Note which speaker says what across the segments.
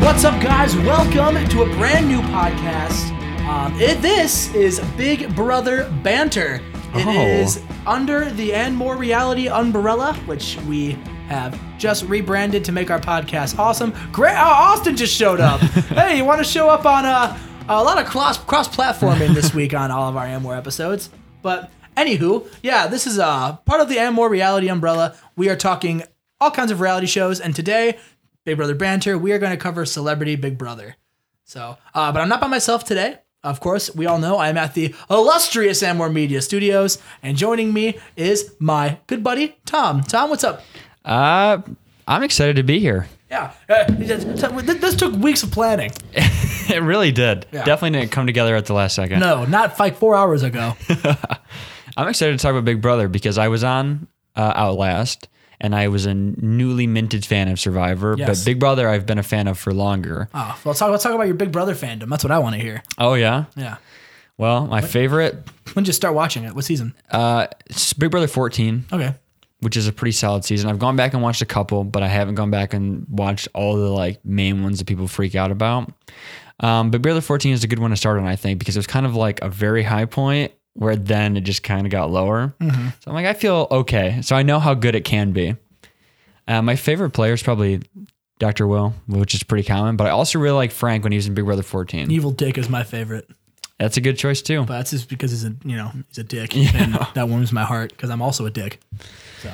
Speaker 1: What's up, guys? Welcome to a brand new podcast. Um, it, this is Big Brother Banter. It
Speaker 2: Oh.
Speaker 1: is under the And More Reality umbrella, which we have just rebranded to make our podcast awesome. Great, oh, Austin just showed up. hey, you want to show up on uh, a lot of cross cross platforming this week on all of our And More episodes? But anywho, yeah, this is uh, part of the And More Reality umbrella. We are talking all kinds of reality shows, and today, Big Brother banter, we are going to cover Celebrity Big Brother. So, uh, but I'm not by myself today. Of course, we all know I'm at the illustrious Amor Media Studios, and joining me is my good buddy Tom. Tom, what's up?
Speaker 2: Uh, I'm excited to be here.
Speaker 1: Yeah, uh, this this took weeks of planning.
Speaker 2: It really did.
Speaker 1: Yeah.
Speaker 2: Definitely didn't come together at the last second.
Speaker 1: No, not like four hours ago.
Speaker 2: I'm excited to talk about Big Brother because I was on uh, Outlast and I was a newly minted fan of Survivor,
Speaker 1: Yes.
Speaker 2: but Big Brother I've been a fan of for longer.
Speaker 1: Oh, well, let's talk. Let's talk about your Big Brother fandom. That's what I want to hear.
Speaker 2: Oh yeah.
Speaker 1: Yeah,
Speaker 2: Well, my favorite
Speaker 1: when did you start watching it? What season?
Speaker 2: uh it's Big Brother 14,
Speaker 1: Okay,
Speaker 2: which is a pretty solid season. I've gone back and watched a couple, but I haven't gone back and watched all the like main ones that people freak out about. Um, but Brother 14 is a good one to start on, I think, because it was kind of like a very high point where then it just kind of got lower. So I'm like, I feel okay. So I know how good it can be. Uh, my favorite player is probably Dr. Will, which is pretty common, but I also really like Frank when he was in Big Brother 14.
Speaker 1: Evil Dick is my favorite,
Speaker 2: That's a good choice too.
Speaker 1: but that's just because he's a you know he's a dick, and that warms my heart because I'm also a dick. So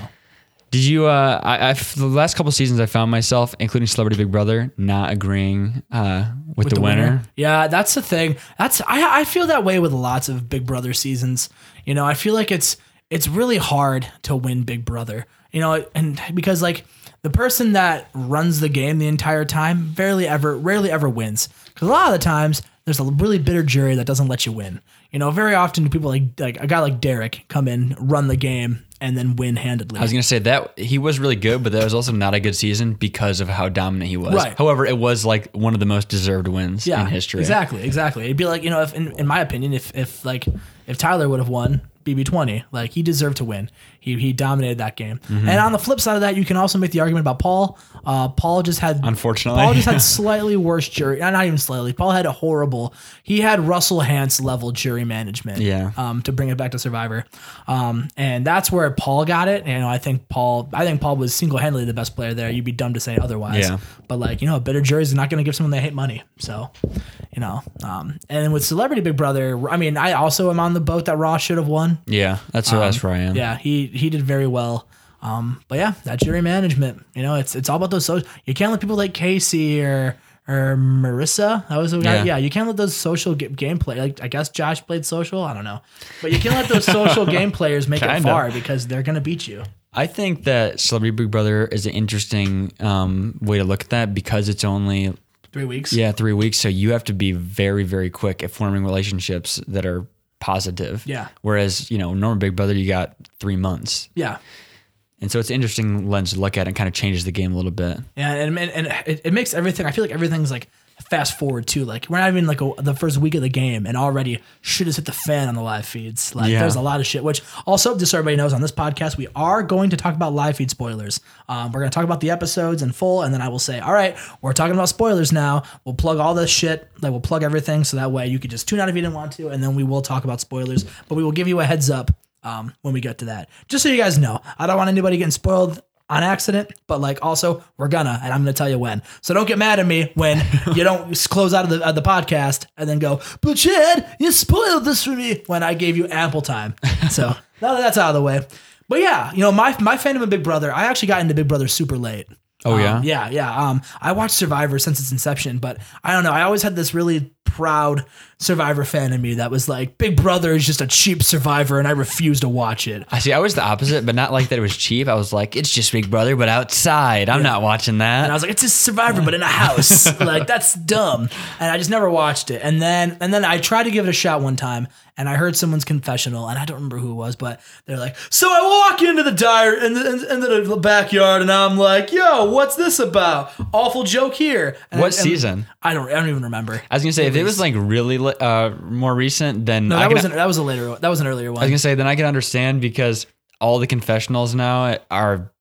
Speaker 2: Did you? Uh, I, I the last couple seasons, I found myself, including Celebrity Big Brother, not agreeing uh, with, the, winner.
Speaker 1: Yeah, that's the thing. That's I I feel that way with lots of Big Brother seasons. You know, I feel like it's it's really hard to win Big Brother. You know, and because like the person that runs the game the entire time barely ever rarely ever wins. Cuz a lot of the times there's a really bitter jury that doesn't let you win. You know, very often people like like a guy like Derek come in, run the game and then win handedly.
Speaker 2: I was gonna say that he was really good, but that was also not a good season because of how dominant he was.
Speaker 1: Right.
Speaker 2: However, it was like one of the most deserved wins in history.
Speaker 1: Exactly, exactly. It'd be like you know, if in, in my opinion, if if like if Tyler would have won BB twenty, like he deserved to win. He he dominated that game.
Speaker 2: Mm-hmm.
Speaker 1: And on the flip side of that, you can also make the argument about Paul. Uh, Paul just had
Speaker 2: Unfortunately.
Speaker 1: Paul just had slightly worse jury. uh, Not even slightly. Paul had a horrible. He had Russell Hance level jury management
Speaker 2: Yeah.
Speaker 1: um, to bring it back to Survivor, um, and that's where Paul got it. You know, I think Paul, I think Paul was single-handedly the best player there. You'd be dumb to say otherwise.
Speaker 2: Yeah.
Speaker 1: But like, you know, a better jury's not going to give someone they hate money. So, you know, um, and then with Celebrity Big Brother, I mean, I also am on the boat that Ross should have won.
Speaker 2: Yeah, that's where that's where I am.
Speaker 1: Um, Yeah, he he did very well. Um, but yeah, that jury management, you know, it's it's all about those. So you can't let people like Casey or or Marissa. That was the guy. Yeah.
Speaker 2: Yeah.
Speaker 1: you can't let those social ga- game play. Like I guess Josh played social. I don't know, but you can't let those social game players make it
Speaker 2: Kinda.
Speaker 1: far because they're gonna beat you.
Speaker 2: I think that Celebrity Big Brother is an interesting um, way to look at that because it's only
Speaker 1: Three weeks.
Speaker 2: yeah three weeks, so you have to be very very quick at forming relationships that are positive.
Speaker 1: Yeah.
Speaker 2: Whereas you know normal Big Brother, you got three months.
Speaker 1: Yeah.
Speaker 2: And so it's an interesting lens to look at and kind of changes the game a little bit.
Speaker 1: Yeah, and and, and it, it makes everything. I feel like everything's like fast forward too. Like we're not even like a, the first week of the game, and already shit has hit the fan on the live feeds. Like
Speaker 2: Yeah.
Speaker 1: there's a lot of shit. Which also, just so everybody knows, on this podcast we are going to talk about live feed spoilers. Um, we're going to talk about the episodes in full, and then I will say, all right, we're talking about spoilers now. We'll plug all this shit. Like we'll plug everything, so that way you could just tune out if you didn't want to, and then we will talk about spoilers. But we will give you a heads up. Um, when we get to that, just so you guys know, I don't want anybody getting spoiled on accident, but like also we're gonna, and I'm gonna tell you when. So don't get mad at me when you don't s- close out of the, of the podcast and then go, but Chad, you spoiled this for me when I gave you ample time. So now that that's out of the way, but yeah, you know my my fandom of Big Brother, I actually got into Big Brother super late.
Speaker 2: Oh,
Speaker 1: Um,
Speaker 2: yeah?
Speaker 1: yeah, yeah. Um, I watched Survivor since its inception, but I don't know. I always had this really proud Survivor fan in me that was like, Big Brother is just a cheap Survivor, and I refuse to watch it.
Speaker 2: I see. I was the opposite, but not like that it was cheap. I was like, it's just Big Brother, but outside. I'm not watching
Speaker 1: And I
Speaker 2: that.
Speaker 1: was like, it's a Survivor, but in a house. like that's dumb. And I just never watched it. And then and then I tried to give it a shot one time, and I heard someone's confessional, and I don't remember who it was, but they're like, so I walk into the dire in the, in, into the backyard, and I'm like, yo, what's this about? Awful joke here. And-
Speaker 2: What
Speaker 1: and-
Speaker 2: season?
Speaker 1: I don't. I don't even remember.
Speaker 2: I was gonna say if it was like really li- uh, more recent, then
Speaker 1: No,
Speaker 2: I
Speaker 1: that
Speaker 2: can,
Speaker 1: wasn't. That was a later. That was an earlier
Speaker 2: I was
Speaker 1: one.
Speaker 2: gonna say then I can understand because all the confessionals now are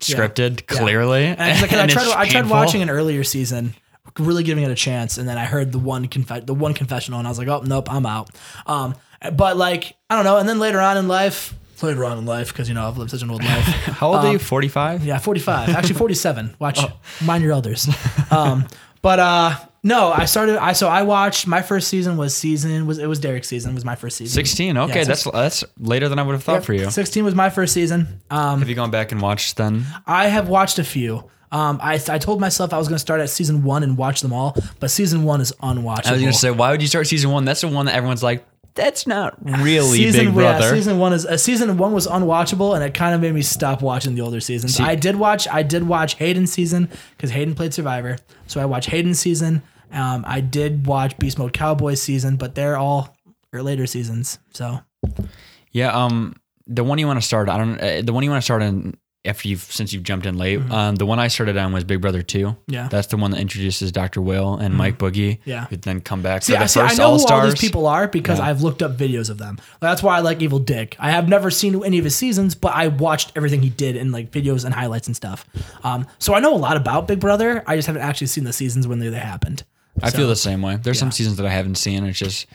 Speaker 2: scripted clearly,
Speaker 1: And I, 'cause I
Speaker 2: it's
Speaker 1: tried, I tried
Speaker 2: painful.
Speaker 1: watching an earlier season really giving it a chance. And then I heard the one conf- the one confessional, and I was like, oh nope, I'm out. Um, but like I don't know. And then later on in life, later on in life, because you know I've lived such an old life.
Speaker 2: How old are you? 45?
Speaker 1: Yeah, 45. Actually, 47. Watch,
Speaker 2: Oh.
Speaker 1: mind your elders. Um, but uh, no, I started. I so I watched. My first season was season was it was Derek's season was my first season.
Speaker 2: 16. Okay,
Speaker 1: Yeah,
Speaker 2: that's that's later than I would have thought for you.
Speaker 1: 16 was my first season. Um,
Speaker 2: Have you gone back and watched then?
Speaker 1: I have watched a few. Um, I, I told myself I was going to start at season one and watch them all, but season one is unwatchable.
Speaker 2: I was gonna say, why would you start season one? That's the one that everyone's like, that's not really
Speaker 1: season,
Speaker 2: Big
Speaker 1: yeah,
Speaker 2: Brother.
Speaker 1: season one is uh, season one was unwatchable, and it kind of made me stop watching the older seasons. I did watch I did watch Hayden season because Hayden played Survivor, so I watched Hayden season. Um, I did watch Beast Mode Cowboys season, but they're all or later seasons. So
Speaker 2: Yeah, um, the one you want to start, I don't, uh, the one you want to start in after you've since you've jumped in late. Um, the one I started on was Big Brother Two.
Speaker 1: Yeah.
Speaker 2: that's the one that introduces Dr. Will and Mike Boogie.
Speaker 1: Yeah.
Speaker 2: who then come back
Speaker 1: See,
Speaker 2: for the
Speaker 1: I, see, I
Speaker 2: first
Speaker 1: know
Speaker 2: All
Speaker 1: who all
Speaker 2: Stars.
Speaker 1: these people are because I've looked up videos of them. That's why I like Evil Dick. I have never seen any of his seasons, but I watched everything he did in like videos and highlights and stuff. Um, so I know a lot about Big Brother. I just haven't actually seen the seasons when they, they happened.
Speaker 2: I
Speaker 1: So,
Speaker 2: feel the same way. There's some seasons that I haven't seen. It's just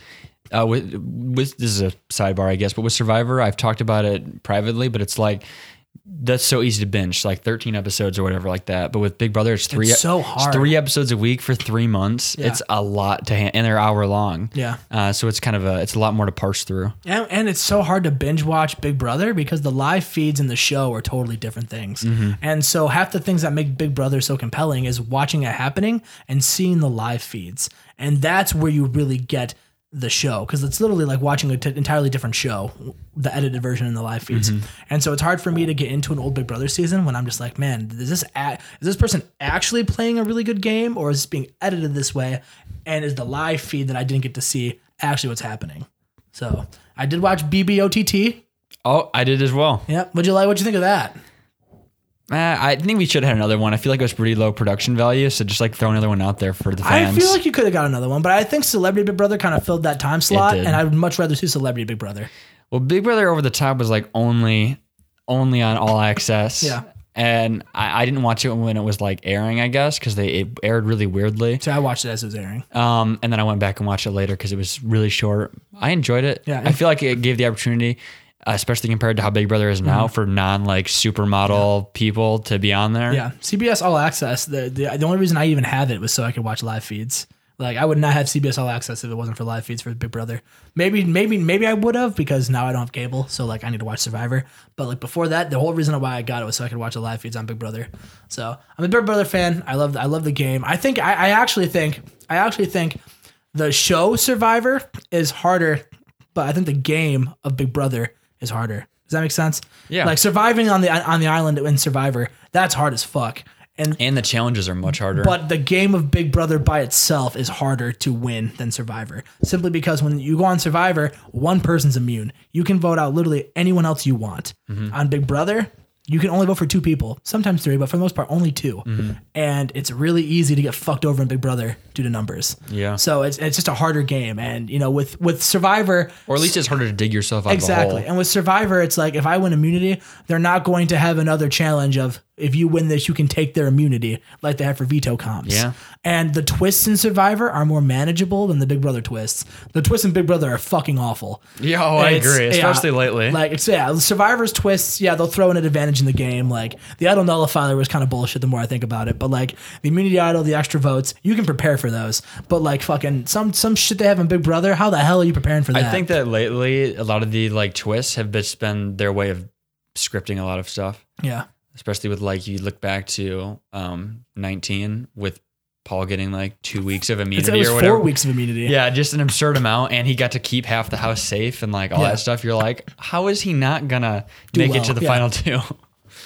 Speaker 2: uh, with with this is a sidebar, I guess, but with Survivor, I've talked about it privately, but it's like that's so easy to binge, like 13 episodes or whatever like that. But with Big Brother, it's three
Speaker 1: It's so hard.
Speaker 2: three episodes a week for three months. It's a lot to hand, and they're hour long.
Speaker 1: Yeah.
Speaker 2: uh, so it's kind of a it's a lot more to parse through.
Speaker 1: And, and it's so hard to binge watch Big Brother because the live feeds and the show are totally different things. And so half the things that make Big Brother so compelling is watching it happening and seeing the live feeds. And that's where you really get the show because it's literally like watching an entirely different show, the edited version and the live feeds. And so it's hard for me to get into an old Big Brother season when I'm just like, man, is this a- is this person actually playing a really good game or is this being edited this way? And is the live feed that I didn't get to see actually what's happening? So I did watch BBOTT.
Speaker 2: Oh, I did as well.
Speaker 1: Yep. Would you like? What you think of that?
Speaker 2: Uh, I think we should have had another one. I feel like it was pretty low production value, so just like throw another one out there for the fans.
Speaker 1: I feel like you could have got another one, but I think Celebrity Big Brother kind of filled that time slot,
Speaker 2: did.
Speaker 1: and I would much rather see Celebrity Big Brother.
Speaker 2: Well, Big Brother Over the Top was like only only on All Access.
Speaker 1: Yeah.
Speaker 2: And I, I didn't watch it when it was like airing, I guess, because they it aired really weirdly.
Speaker 1: So I watched it as it was airing.
Speaker 2: Um, and then I went back and watched it later because it was really short. I enjoyed it.
Speaker 1: Yeah.
Speaker 2: I feel like it gave the opportunity, especially compared to how Big Brother
Speaker 1: Mm-hmm.
Speaker 2: is now, for non like supermodel people to be on there.
Speaker 1: Yeah, CBS All Access. The, the the only reason I even have it was so I could watch live feeds. Like I would not have CBS All Access if it wasn't for live feeds for Big Brother. Maybe maybe maybe I would have because now I don't have cable, so like I need to watch Survivor. But like before that, the whole reason why I got it was so I could watch the live feeds on Big Brother. So I'm a Big Brother fan. I love I love the game. I think I, I actually think I actually think the show Survivor is harder, but I think the game of Big Brother is harder. Does that make sense?
Speaker 2: Yeah.
Speaker 1: Like surviving on the on the island in Survivor, that's hard as fuck. And
Speaker 2: And the challenges are much harder.
Speaker 1: but the game of Big Brother by itself is harder to win than Survivor, simply because when you go on Survivor, one person's immune. You can vote out literally anyone else you want.
Speaker 2: Mm-hmm.
Speaker 1: On Big Brother, you can only vote for two people, sometimes three, but for the most part, only 2
Speaker 2: Mm-hmm.
Speaker 1: And it's really easy to get fucked over in Big Brother due to numbers.
Speaker 2: Yeah.
Speaker 1: So it's it's just a harder game, and you know with with Survivor,
Speaker 2: or at least it's harder to dig yourself out of a
Speaker 1: Exactly.
Speaker 2: hole.
Speaker 1: And with Survivor, it's like if I win immunity, they're not going to have another challenge of if you win this, you can take their immunity like they have for veto comps.
Speaker 2: Yeah.
Speaker 1: And the twists in Survivor are more manageable than the Big Brother twists. The twists in Big Brother are fucking awful.
Speaker 2: Yeah, oh, I
Speaker 1: It's-
Speaker 2: agree.
Speaker 1: yeah.
Speaker 2: Especially lately.
Speaker 1: Like it's yeah, Survivor's twists, yeah, they'll throw in an advantage in the game. Like the idol nullifier was kind of bullshit the more I think about it. But like the immunity idol, the extra votes, you can prepare for those. But like fucking some some shit they have in Big Brother, how the hell are you preparing for that?
Speaker 2: I think that lately a lot of the like twists have just been their way of scripting a lot of stuff,
Speaker 1: yeah.
Speaker 2: especially with like you look back to um 19 with Paul getting like two weeks of
Speaker 1: It's,
Speaker 2: immunity
Speaker 1: it was
Speaker 2: or whatever.
Speaker 1: four weeks of immunity.
Speaker 2: Yeah, just an absurd amount, and he got to keep half the house safe and like all
Speaker 1: Yeah.
Speaker 2: that stuff. You're like, how is he not gonna make it to
Speaker 1: well,
Speaker 2: the
Speaker 1: yeah.
Speaker 2: final two?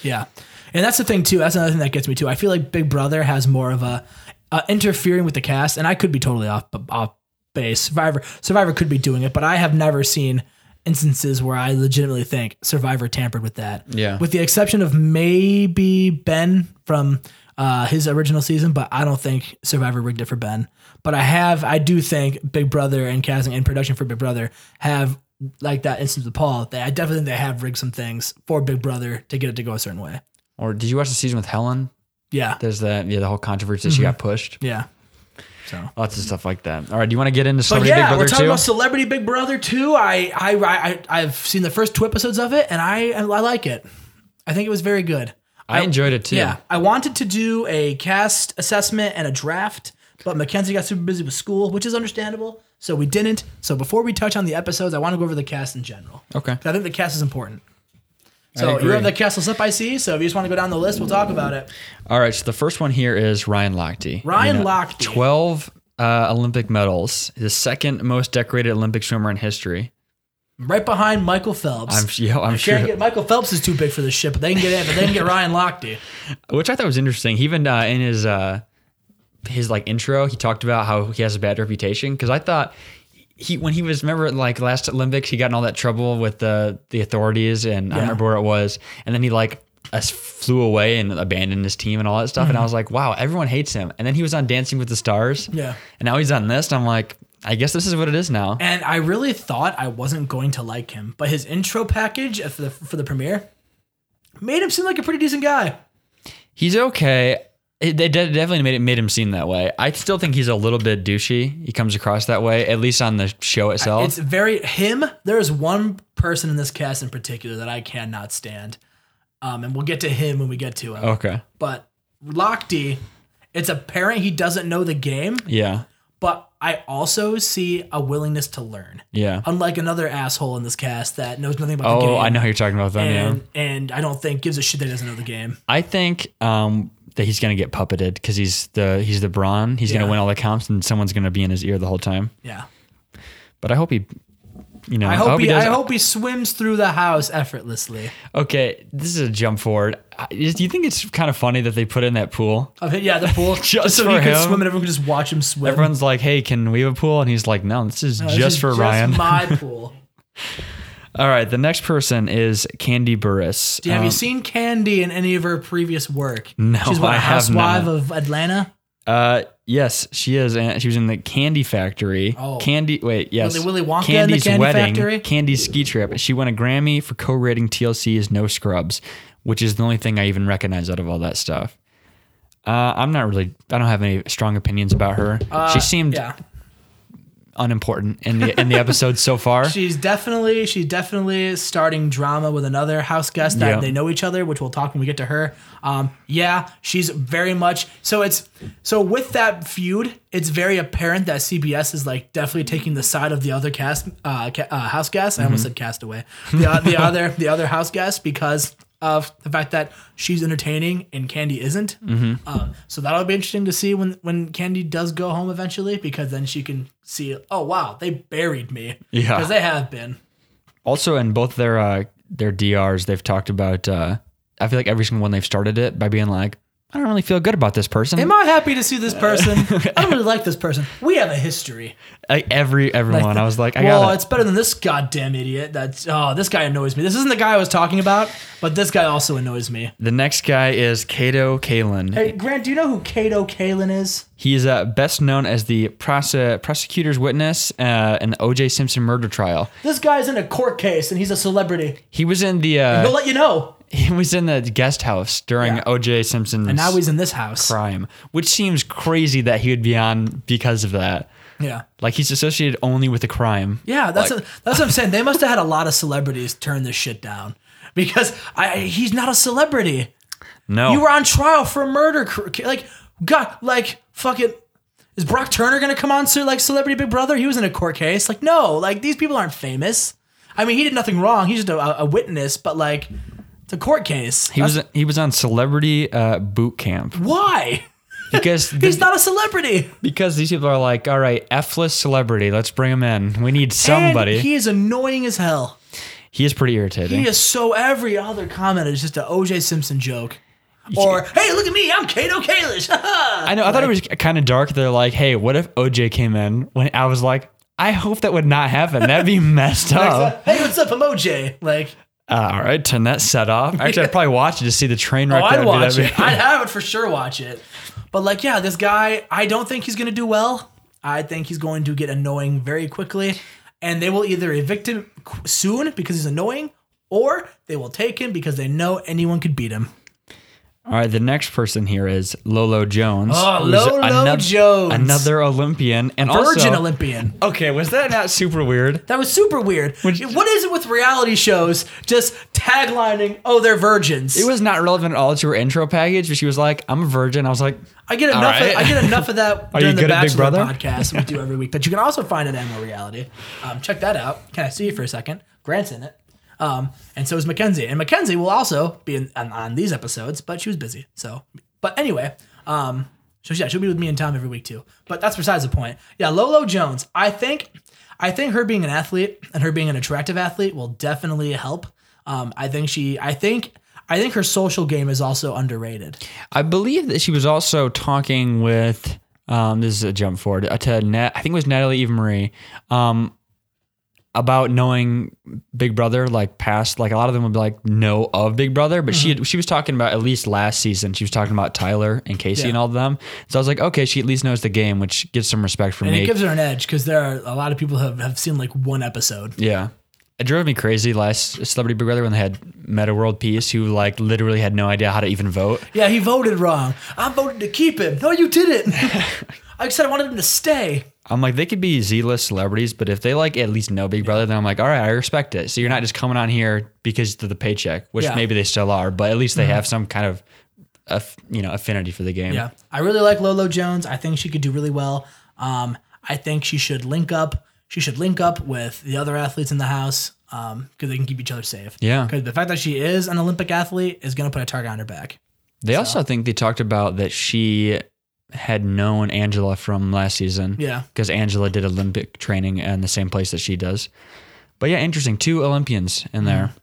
Speaker 1: Yeah, and that's the thing too. That's another thing that gets me too. I feel like Big Brother has more of a uh, interfering with the cast, and I could be totally off off base. Survivor Survivor could be doing it, but I have never seen instances where I legitimately think Survivor tampered with that.
Speaker 2: Yeah.
Speaker 1: with the exception of maybe Ben from. Uh, his original season, but I don't think Survivor rigged it for Ben. But I have, I do think Big Brother and casting and production for Big Brother have like that instance with Paul. They, I definitely think they have rigged some things for Big Brother to get it to go a certain way.
Speaker 2: Or did you watch the season with Helen?
Speaker 1: Yeah. Mm-hmm.
Speaker 2: There's that yeah, the whole controversy she got pushed.
Speaker 1: Yeah. So.
Speaker 2: Lots of stuff like that. All right, do you want to get into
Speaker 1: But
Speaker 2: Celebrity
Speaker 1: yeah,
Speaker 2: Big
Speaker 1: we're talking
Speaker 2: Brother
Speaker 1: about
Speaker 2: too?
Speaker 1: Celebrity Big Brother too. I, I, I, I, have seen the first two episodes of it, and I, I like it. I think it was very good.
Speaker 2: I enjoyed it too.
Speaker 1: Yeah, I wanted to do a cast assessment and a draft, but Mackenzie got super busy with school, which is understandable. So we didn't. So before we touch on the episodes, I want to go over the cast in general.
Speaker 2: Okay.
Speaker 1: 'Cause I think the cast is important. So you
Speaker 2: agree.
Speaker 1: have the cast list up, I see. So if you just want to go down the list, we'll talk about it.
Speaker 2: All right, so the first one here is Ryan Lochte.
Speaker 1: Ryan Lochte.
Speaker 2: 12 uh, Olympic medals, the second most decorated Olympic swimmer in history.
Speaker 1: Right behind Michael Phelps.
Speaker 2: I'm, yeah, I'm sure.
Speaker 1: Can't get- Michael Phelps is too big for this shit, but they can get it. But they can get Ryan Lochte.
Speaker 2: which I thought was interesting. He even uh, in his uh, his like intro, he talked about how he has a bad reputation because I thought he when he was remember like last Olympics, he got in all that trouble with the the authorities and I don't remember where it was, and then he like us flew away and abandoned his team and all that stuff, and I
Speaker 1: Mm-hmm.
Speaker 2: was like, wow, everyone hates him. And then he was on Dancing with the Stars,
Speaker 1: Yeah.
Speaker 2: and now he's on this, and I'm like. I guess this is what it is now.
Speaker 1: And I really thought I wasn't going to like him, but his intro package uh, for the for the premiere made him seem like a pretty decent guy.
Speaker 2: He's okay. It, they de- definitely made it made him seem that way. I still think he's a little bit douchey. He comes across that way, at least on the show itself.
Speaker 1: It's very him. There is one person in this cast in particular that I cannot stand, um, and we'll get to him when we get to him.
Speaker 2: Okay.
Speaker 1: But Lochte, it's apparent he doesn't know the game,
Speaker 2: Yeah.
Speaker 1: but I also see a willingness to learn.
Speaker 2: Yeah.
Speaker 1: Unlike another asshole in this cast that knows nothing about the game.
Speaker 2: Oh, I know who you're talking about then.
Speaker 1: And,
Speaker 2: yeah.
Speaker 1: and I don't think gives a shit that he doesn't know the game.
Speaker 2: I think um, that he's gonna get puppeted because he's the he's the brawn. He's
Speaker 1: Yeah.
Speaker 2: gonna win all the comps, and someone's gonna be in his ear the whole time.
Speaker 1: Yeah.
Speaker 2: But I hope he, you know,
Speaker 1: I hope, he,
Speaker 2: does.
Speaker 1: I hope he swims through the house effortlessly.
Speaker 2: Okay, this is a jump forward. I- is- Do you think it's kind of funny that they put in that pool?
Speaker 1: Of hit, yeah, the pool just, so
Speaker 2: for
Speaker 1: he could
Speaker 2: him?
Speaker 1: swim and everyone could just watch him swim.
Speaker 2: Everyone's like, "Hey, can we have a pool?" And he's like, "No, this is
Speaker 1: This
Speaker 2: just
Speaker 1: is
Speaker 2: for Ryan."
Speaker 1: My pool.
Speaker 2: all right, the next person is Candy Burris.
Speaker 1: Do you- have
Speaker 2: Um,
Speaker 1: you seen Candy in any of her previous work?
Speaker 2: No,
Speaker 1: she's what, a
Speaker 2: I have
Speaker 1: housewife
Speaker 2: not.
Speaker 1: of Atlanta.
Speaker 2: Uh, yes, she is. And she was in the Candy Factory.
Speaker 1: Oh.
Speaker 2: Candy. Wait, yes.
Speaker 1: Willy Wonka and the Candy Factory?
Speaker 2: Candy's ski trip. She won a Grammy for co-rating TLC's "No Scrubs," which is the only thing I even recognize out of all that stuff. Uh, I'm not really. I don't have any strong opinions about her. she seemed
Speaker 1: Uh, Yeah,
Speaker 2: unimportant in the in the episode so far.
Speaker 1: she's definitely she's definitely starting drama with another house guest that
Speaker 2: Yeah.
Speaker 1: they know each other, which we'll talk when we get to her. Um, yeah, she's very much so. It's so with that feud, it's very apparent that CBS is like definitely taking the side of the other cast uh, ca- uh, house guest. I almost said castaway. The, o- the other the other house guest because of the fact that she's entertaining and Candy isn't. Um, so that'll be interesting to see when when Candy does go home eventually, because then she can see, oh wow, they buried me.
Speaker 2: Yeah.
Speaker 1: because they have been.
Speaker 2: also, in both their uh, their DRs, they've talked about. Uh, I feel like every single one they've started it by being like, I don't really feel good about this person.
Speaker 1: Am I happy to see this person? I don't really like this person. We have a history.
Speaker 2: Like, every everyone, I was like, I
Speaker 1: well,
Speaker 2: got it.
Speaker 1: it's better than this goddamn idiot. That's oh, this guy annoys me. This isn't the guy I was talking about, but this guy also annoys me.
Speaker 2: The next guy is Kato Kalin.
Speaker 1: Hey, Grant, do you know who Kato Kalin is?
Speaker 2: He is uh, best known as the prose- prosecutor's witness uh, in the O.J. Simpson murder trial.
Speaker 1: This guy's in a court case and he's a celebrity.
Speaker 2: He was in the
Speaker 1: He'll
Speaker 2: uh,
Speaker 1: let you know.
Speaker 2: he was in the guest house during
Speaker 1: Yeah.
Speaker 2: O.J. Simpson's
Speaker 1: Now he's in this house.
Speaker 2: crime, which seems crazy that he would be on because of that.
Speaker 1: Yeah.
Speaker 2: Like he's associated only with the crime.
Speaker 1: Yeah, that's that's what I'm saying. They must have had a lot of celebrities turn this shit down because I he's not a celebrity.
Speaker 2: No,
Speaker 1: You were on trial for murder, cr- like God, like fucking. Is Brock Turner gonna come on to like Celebrity Big Brother? He was in a court case. Like no, like these people aren't famous. I mean, he did nothing wrong. He's just a, a witness, but like it's a court case.
Speaker 2: he was he was on Celebrity uh, Boot Camp
Speaker 1: Why?
Speaker 2: because
Speaker 1: He's not a celebrity.
Speaker 2: because these people are like, all right, F-less celebrity, let's bring him in. We need somebody.
Speaker 1: And
Speaker 2: He-,
Speaker 1: he is annoying as hell.
Speaker 2: is pretty irritating.
Speaker 1: He is so every other comment is just a OJ Simpson joke. Or hey, look at me, I'm Kato Kalish.
Speaker 2: I know. I thought it was kind of dark. They're like, hey, what if OJ came in? When I was like, I hope that would not happen. That'd be messed up.
Speaker 1: hey, what's up? I'm OJ. Like,
Speaker 2: Uh, all right, turn that set off. Actually, I'd probably watch it to see the train wreck.
Speaker 1: Oh,
Speaker 2: that
Speaker 1: I'd
Speaker 2: would be-
Speaker 1: watch
Speaker 2: that'd
Speaker 1: it.
Speaker 2: be-
Speaker 1: I'd have it for sure. Watch it. But like, yeah, this guy, I don't think he's gonna do well. I think he's going to get annoying very quickly, and they will either evict him qu- soon because he's annoying, or they will take him because they know anyone could beat him.
Speaker 2: All right, the next person here is Lolo Jones.
Speaker 1: Oh,
Speaker 2: who's
Speaker 1: Lolo Jones.
Speaker 2: another Olympian and
Speaker 1: Virgin
Speaker 2: also,
Speaker 1: Olympian.
Speaker 2: Okay, was that not super weird?
Speaker 1: That was super weird. what is it with reality shows just taglining, oh, they're virgins?
Speaker 2: It was not relevant at all to her intro package, but she was like, "I'm a virgin." I was like,
Speaker 1: I get
Speaker 2: All
Speaker 1: enough.
Speaker 2: right.
Speaker 1: Of, I get enough of that
Speaker 2: Are
Speaker 1: during
Speaker 2: you
Speaker 1: the
Speaker 2: good at
Speaker 1: Bachelor
Speaker 2: Big Brother?
Speaker 1: podcast we do every week that you can also find at Animal Reality. Um, check that out. Can I see you for a second? Grant's in it, um, and so is Mackenzie. And Mackenzie will also be in, on, on these episodes, but she was busy. So, but anyway, um, so yeah, she'll be with me and Tom every week too. But that's besides the point. Yeah, Lolo Jones. I think, I think her being an athlete and her being an attractive athlete will definitely help. Um, I think she. I think. I think her social game is also underrated.
Speaker 2: I believe that she was also talking with um, this is a jump forward uh, to Nat, I think it was Natalie Eve Marie um, about knowing Big Brother like past like a lot of them would be like know of Big Brother, but
Speaker 1: Mm-hmm.
Speaker 2: she had, she was talking about at least last season she was talking about Tyler and Casey
Speaker 1: Yeah.
Speaker 2: and all of them. So I was like, okay, she at least knows the game, which gets some respect from
Speaker 1: And
Speaker 2: me.
Speaker 1: it gives her an edge because there are a lot of people who have, have seen like one episode.
Speaker 2: yeah. It drove me crazy last Celebrity Big Brother when they had Meta World Peace, who like literally had no idea how to even vote.
Speaker 1: Yeah, he voted wrong. I voted to keep him. No, you didn't. I said I wanted him to stay.
Speaker 2: I'm like, they could be Z list celebrities, but if they like at least know Big Brother, then I'm like, all right, I respect it. So you're not just coming on here because of the paycheck, which
Speaker 1: Yeah. Mm-hmm.
Speaker 2: maybe they still are, but at least they have some kind of, aff- you know, affinity for the game.
Speaker 1: Yeah, I really like Lolo Jones. I think she could do really well. Um, I think she should link up. She should link up with the other athletes in the house because they can keep each other safe.
Speaker 2: Yeah.
Speaker 1: Because the fact that she is an Olympic athlete is going to put a target on her back.
Speaker 2: They also think they talked about that she had known Angela from last season.
Speaker 1: Yeah.
Speaker 2: Because Angela did Olympic training in the same place that she does. But yeah, interesting. Two Olympians in there.
Speaker 1: Mm-hmm.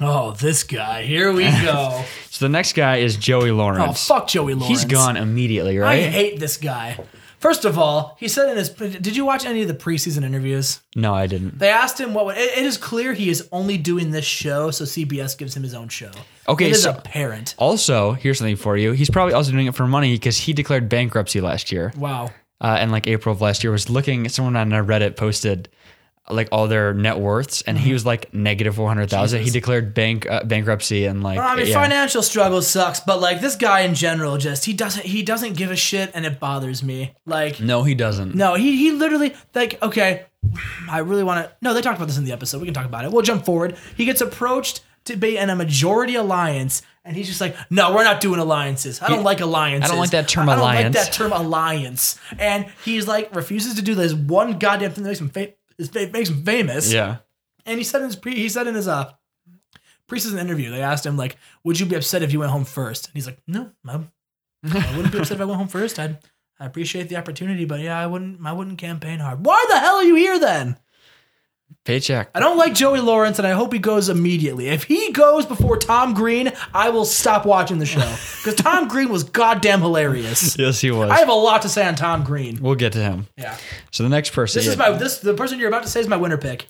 Speaker 1: Oh, this guy. Here we go.
Speaker 2: So the next guy is Joey
Speaker 1: oh,
Speaker 2: Lawrence.
Speaker 1: fuck Joey Lawrence.
Speaker 2: He's gone immediately,
Speaker 1: I
Speaker 2: right?
Speaker 1: hate this guy. First of all, he said in his. Did you watch any of the preseason interviews?
Speaker 2: no, I didn't.
Speaker 1: They asked him what. Would, it, it is clear he is only doing this show, so CBS gives him his own show.
Speaker 2: Okay,
Speaker 1: it is
Speaker 2: so-
Speaker 1: apparent.
Speaker 2: Also, here's something for you. He's probably also doing it for money because he declared bankruptcy last year.
Speaker 1: Wow.
Speaker 2: Uh, and like April of last year was looking, someone on a Reddit posted like all their net worths and
Speaker 1: Mm-hmm.
Speaker 2: he was like negative 400,000. He declared bank uh, bankruptcy and like,
Speaker 1: I mean,
Speaker 2: yeah.
Speaker 1: financial struggle sucks, but like this guy in general, just he doesn't he doesn't give a shit, and it bothers me. Like,
Speaker 2: no, he doesn't.
Speaker 1: no, he he literally like okay, I really want to. No, they talked about this in the episode. We can talk about it. We'll jump forward. He gets approached to be in a majority alliance. And he's just like, no, we're not doing alliances. I don't like alliances.
Speaker 2: like that term
Speaker 1: I don't
Speaker 2: alliance."
Speaker 1: like that term alliance. And he's like, refuses to do this one goddamn thing that makes him, fa- is fa- makes him famous.
Speaker 2: Yeah.
Speaker 1: And he said in his pre, he said in his uh preseason interview, they asked him like, "Would you be upset if you went home first? And he's like, "No, I, I wouldn't be upset if I went home first. I'd, I appreciate the opportunity, but yeah, I wouldn't. I wouldn't campaign hard. Why the hell are you here then?
Speaker 2: Paycheck.
Speaker 1: I don't like Joey Lawrence, and I hope he goes immediately. If he goes before Tom Green, I will stop watching the show because Tom Green was goddamn hilarious.
Speaker 2: Yes, he was.
Speaker 1: I have a lot to say on Tom Green.
Speaker 2: we'll get to him.
Speaker 1: Yeah,
Speaker 2: So the next person
Speaker 1: this is my this the person you're about to say is my winner pick.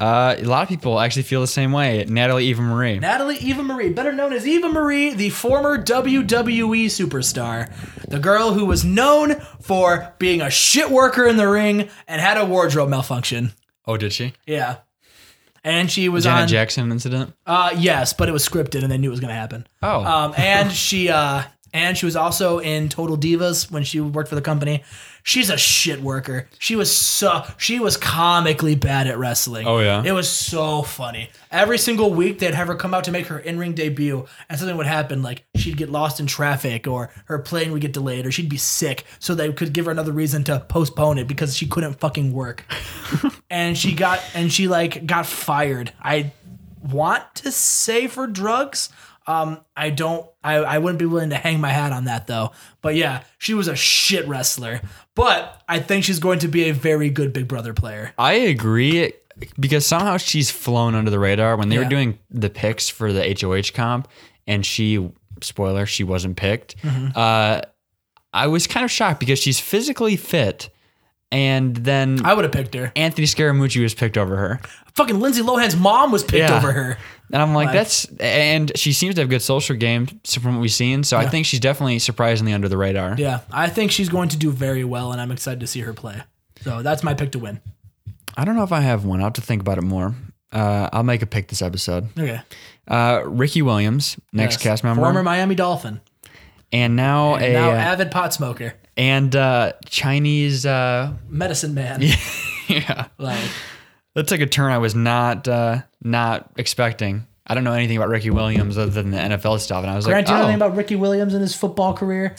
Speaker 2: uh, a lot of people actually feel the same way. Natalie Eva Marie.
Speaker 1: Natalie Eva Marie, better known as Eva Marie, the former WWE superstar. The girl who was known for being a shit worker in the ring and had a wardrobe malfunction.
Speaker 2: oh, did she?
Speaker 1: Yeah. And she was
Speaker 2: Janet
Speaker 1: on
Speaker 2: Jackson incident?
Speaker 1: uh yes, but it was scripted and they knew it was gonna happen.
Speaker 2: Oh.
Speaker 1: Um and she uh and she was also in Total Divas when she worked for the company. She's a shit worker. She was so she was comically bad at wrestling.
Speaker 2: Oh, yeah?
Speaker 1: It was so funny. Every single week they'd have her come out to make her in-ring debut and something would happen like she'd get lost in traffic or her plane would get delayed or she'd be sick so they could give her another reason to postpone it because she couldn't fucking work and she got and she like got fired. I want to say for drugs. Um, I don't. I, I wouldn't be willing to hang my hat on that though. But yeah, she was a shit wrestler. But I think she's going to be a very good Big Brother player.
Speaker 2: I agree because somehow she's flown under the radar when they
Speaker 1: Yeah.
Speaker 2: were doing the picks for the HOH comp and she spoiler she wasn't picked.
Speaker 1: Mm-hmm.
Speaker 2: Uh, I was kind of shocked because she's physically fit and then
Speaker 1: I would have picked her.
Speaker 2: Anthony Scaramucci was picked over her.
Speaker 1: Fucking Lindsay Lohan's mom was picked
Speaker 2: Yeah.
Speaker 1: over her.
Speaker 2: And I'm like, that's and she seems to have good social game so from what we've seen. So I think she's definitely surprisingly under the radar.
Speaker 1: Yeah, I think she's going to do very well, and I'm excited to see her play. So that's my pick to win.
Speaker 2: I don't know if I have one. I'll have to think about it more. Uh, I'll make a pick this episode.
Speaker 1: Okay.
Speaker 2: Uh, Ricky Williams, next
Speaker 1: Yes.
Speaker 2: cast member,
Speaker 1: Former Miami Dolphin.
Speaker 2: and now a
Speaker 1: now
Speaker 2: uh,
Speaker 1: avid pot smoker.
Speaker 2: and uh, Chinese. Uh,
Speaker 1: Medicine man.
Speaker 2: yeah,
Speaker 1: Like
Speaker 2: that took a turn I was not uh, not expecting. I don't know anything about Ricky Williams other than the NFL stuff, and I was
Speaker 1: Grant, do you
Speaker 2: like,
Speaker 1: know
Speaker 2: oh,
Speaker 1: anything about Ricky Williams and his football career?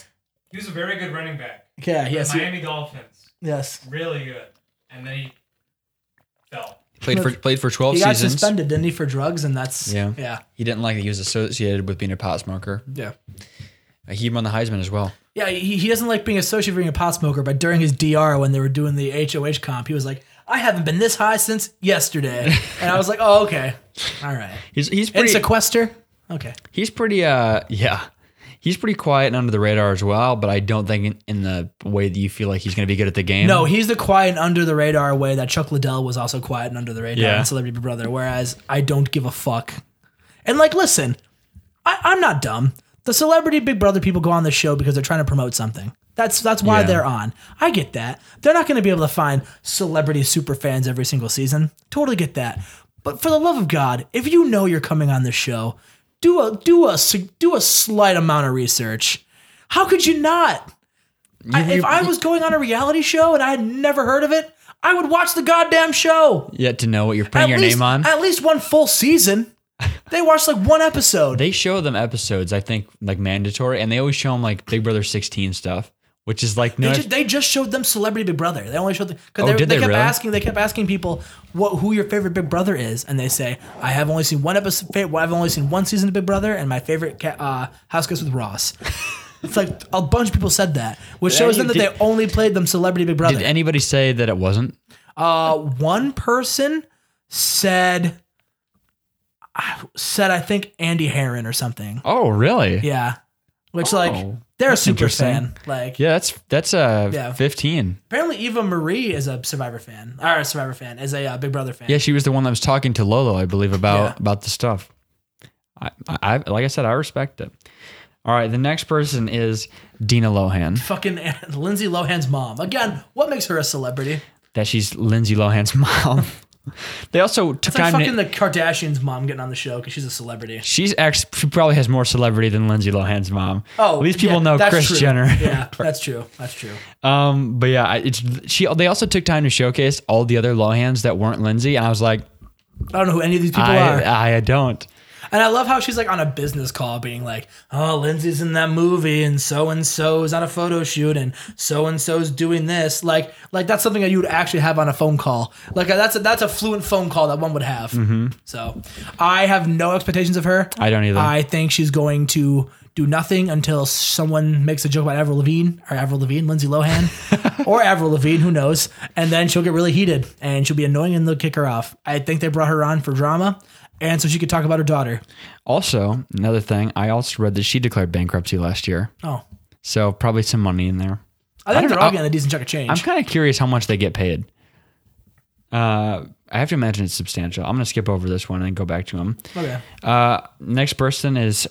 Speaker 3: He was a very good running back.
Speaker 1: Yeah, yes. he-
Speaker 3: Miami Dolphins,
Speaker 1: yes.
Speaker 3: really good. And then he fell.
Speaker 2: played for played for twelve
Speaker 1: He got
Speaker 2: seasons.
Speaker 1: suspended, didn't he, for drugs? And that's
Speaker 2: Yeah.
Speaker 1: yeah,
Speaker 2: He didn't like that he was associated with being a pot smoker.
Speaker 1: yeah,
Speaker 2: Uh, He won the Heisman as well.
Speaker 1: yeah. He, he doesn't like being associated with being a pot smoker, but during his DR when they were doing the HOH comp, he was like, "I haven't been this high since yesterday," and I was like, "Oh, okay, all right."
Speaker 2: He's he's
Speaker 1: And
Speaker 2: pretty
Speaker 1: sequester, okay.
Speaker 2: he's pretty uh yeah. He's pretty quiet and under the radar as well, but I don't think in, in the way that you feel like he's going to be good at the game.
Speaker 1: No, he's the quiet and under the radar way that Chuck Liddell was also quiet and under the radar
Speaker 2: Yeah.
Speaker 1: in Celebrity Big Brother. Whereas I don't give a fuck. And like, listen, I, I'm not dumb. The Celebrity Big Brother people go on the show because they're trying to promote something. That's that's why
Speaker 2: Yeah.
Speaker 1: they're on. I get that. They're not going to be able to find celebrity super fans every single season. Totally get that. But for the love of God, if you know you're coming on this show, do a do a do a slight amount of research. How could you not? I- if I was going on a reality show and I had never heard of it, I would watch the goddamn show.
Speaker 2: yet to know what you're putting your
Speaker 1: least,
Speaker 2: name on.
Speaker 1: At least one full season. They watched like one episode.
Speaker 2: they show them episodes, I think, like mandatory, and they always show them like Big Brother 16 stuff, which is like no.
Speaker 1: They just, they just showed them Celebrity Big Brother. They only showed them because they,
Speaker 2: Oh, did
Speaker 1: they
Speaker 2: they
Speaker 1: kept
Speaker 2: really?
Speaker 1: asking. They kept asking people what who your favorite Big Brother is, and they say, "I have only seen one episode. fa- I've only seen one season of Big Brother, and my favorite ca- uh, house guest with Ross." it's like a bunch of people said that, which shows them that
Speaker 2: did-
Speaker 1: they only played them Celebrity Big Brother.
Speaker 2: did anybody say that it wasn't?
Speaker 1: Uh, one person said said I think Andy Heron or something.
Speaker 2: Oh, really?
Speaker 1: Yeah, which like
Speaker 2: Oh,
Speaker 1: they're a super
Speaker 2: interesting.
Speaker 1: fan. Like
Speaker 2: Yeah, that's that's uh
Speaker 1: Yeah.
Speaker 2: 15.
Speaker 1: apparently Eva Marie is a Survivor fan or a Survivor fan is a uh, Big Brother fan.
Speaker 2: Yeah, she was the one that was talking to Lolo, I believe, about
Speaker 1: Yeah.
Speaker 2: about the stuff. I, I like I said, I respect it. All right, the next person is Dina Lohan.
Speaker 1: Fucking Lindsay Lohan's mom again. What makes her a celebrity?
Speaker 2: That she's Lindsay Lohan's mom. they also took
Speaker 1: It's like
Speaker 2: time.
Speaker 1: fucking
Speaker 2: To,
Speaker 1: the Kardashians' mom getting on the show because she's a celebrity.
Speaker 2: she's actually she probably has more celebrity than Lindsay Lohan's mom.
Speaker 1: Oh,
Speaker 2: at least people
Speaker 1: yeah,
Speaker 2: know
Speaker 1: that's
Speaker 2: Chris
Speaker 1: true.
Speaker 2: Jenner.
Speaker 1: yeah, that's true. That's true.
Speaker 2: Um, but yeah, I- it's she. They also took time to showcase all the other Lohans that weren't Lindsay, and I was like,
Speaker 1: I don't know who any of these people are.
Speaker 2: I, I don't.
Speaker 1: And I love how she's like on a business call being like, oh, Lindsay's in that movie and so and so's on a photo shoot and so and so's doing this. Like, like that's something that you would actually have on a phone call. Like that's a, that's a fluent phone call that one would have. So I have no expectations of her.
Speaker 2: I don't either.
Speaker 1: I think she's going to do nothing until someone makes a joke about Avril Lavigne or Avril Lavigne, Lindsay Lohan, or Avril Lavigne, who knows? And then she'll get really heated and she'll be annoying and they'll kick her off. I think they brought her on for drama and so she could talk about her daughter.
Speaker 2: Also, another thing, I also read that she declared bankruptcy last year,
Speaker 1: Oh,
Speaker 2: so probably some money in there.
Speaker 1: I think
Speaker 2: don't
Speaker 1: they're
Speaker 2: know.
Speaker 1: all getting a decent chunk of change.
Speaker 2: I'm kind of curious how much they get paid. Uh, I have to imagine it's substantial. I'm gonna skip over this one and go back to him.
Speaker 1: okay.
Speaker 2: Uh, next person is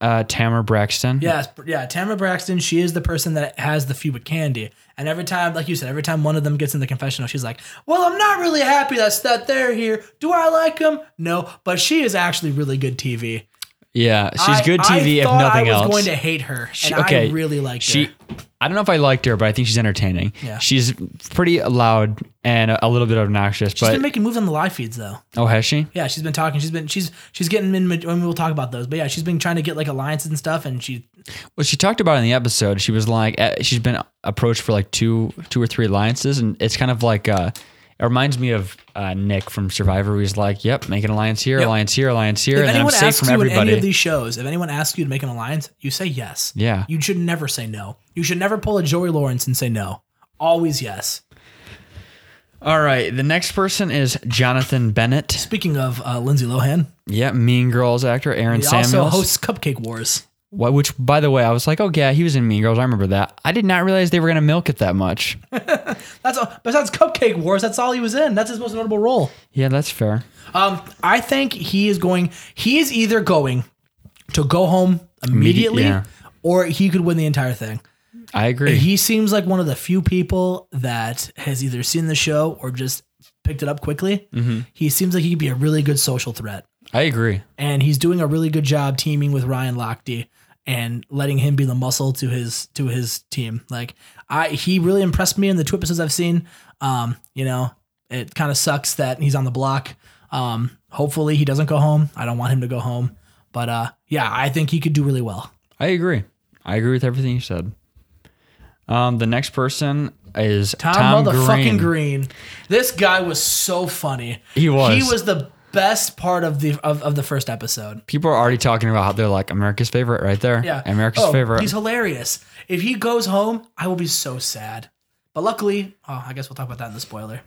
Speaker 2: uh, Tamara Braxton.
Speaker 1: Yes, yeah. Tamara Braxton, she is the person that has the feud with Candy. And every time, like you said, every time one of them gets in the confessional, she's like, "Well, I'm not really happy that's that they're here. Do I like them? No, but she is actually really good TV.
Speaker 2: yeah, she's
Speaker 1: I-
Speaker 2: good TV.
Speaker 1: I
Speaker 2: if
Speaker 1: thought
Speaker 2: nothing
Speaker 1: I was
Speaker 2: else,
Speaker 1: going to hate her, and I
Speaker 2: okay,
Speaker 1: really liked
Speaker 2: she
Speaker 1: her.
Speaker 2: I don't know if I liked her, but I think she's entertaining.
Speaker 1: Yeah.
Speaker 2: She's pretty loud and a, a little bit obnoxious,
Speaker 1: She's
Speaker 2: but
Speaker 1: been making moves on the live feeds though.
Speaker 2: oh, has she?
Speaker 1: Yeah, she's been talking. She's been she's she's getting in. And we'll talk about those. But yeah, she's been trying to get like alliances and stuff. And she
Speaker 2: Well, she talked about it in the episode. She was like, eh, she's been approached for like two, two or three alliances, and it's kind of like, uh, it reminds me of uh, Nick from Survivor. He's like, "Yep, make an alliance here, alliance here, alliance here,
Speaker 1: if
Speaker 2: and then I'm
Speaker 1: anyone
Speaker 2: safe
Speaker 1: asks
Speaker 2: from
Speaker 1: you in any
Speaker 2: everybody."
Speaker 1: of these shows, if anyone asks you to make an alliance, you say yes.
Speaker 2: Yeah.
Speaker 1: You should never say no. You should never pull a Joey Lawrence and say no. Always yes.
Speaker 2: All right, the next person is Jonathan Bennett.
Speaker 1: Speaking of uh, Lindsay Lohan,
Speaker 2: Yeah, Mean Girls actor Aaron
Speaker 1: he
Speaker 2: Samuels.
Speaker 1: also hosts Cupcake Wars.
Speaker 2: Why- which, by the way, I was like, "Oh yeah, he was in Mean Girls. I remember that." I did not realize they were gonna milk it that much.
Speaker 1: That's all, besides Cupcake Wars. That's all he was in. That's his most notable role.
Speaker 2: yeah, that's fair.
Speaker 1: Um, I think he is going. He is either going to go home immediately,
Speaker 2: yeah.
Speaker 1: or he could win the entire thing.
Speaker 2: I agree.
Speaker 1: He seems like one of the few people that has either seen the show or just picked it up quickly. He seems like he could be a really good social threat.
Speaker 2: I agree.
Speaker 1: and he's doing a really good job teaming with Ryan Lochte and letting him be the muscle to his to his team. Like I, he really impressed me in the two episodes I've seen. Um, you know, it kind of sucks that he's on the block. Um, hopefully he doesn't go home. I don't want him to go home, but uh, yeah, I think he could do really well.
Speaker 2: I agree. I agree with everything you said. Um, the next person is
Speaker 1: Tom,
Speaker 2: Tom,
Speaker 1: motherfucking
Speaker 2: Green.
Speaker 1: Green. This guy was so funny.
Speaker 2: He was.
Speaker 1: He was the best part of the of, of the first episode.
Speaker 2: People are already talking about how they're like America's favorite right there.
Speaker 1: Yeah.
Speaker 2: America's
Speaker 1: Oh,
Speaker 2: favorite.
Speaker 1: He's hilarious. If he goes home, I will be so sad. But luckily, oh, I guess we'll talk about that in the spoiler.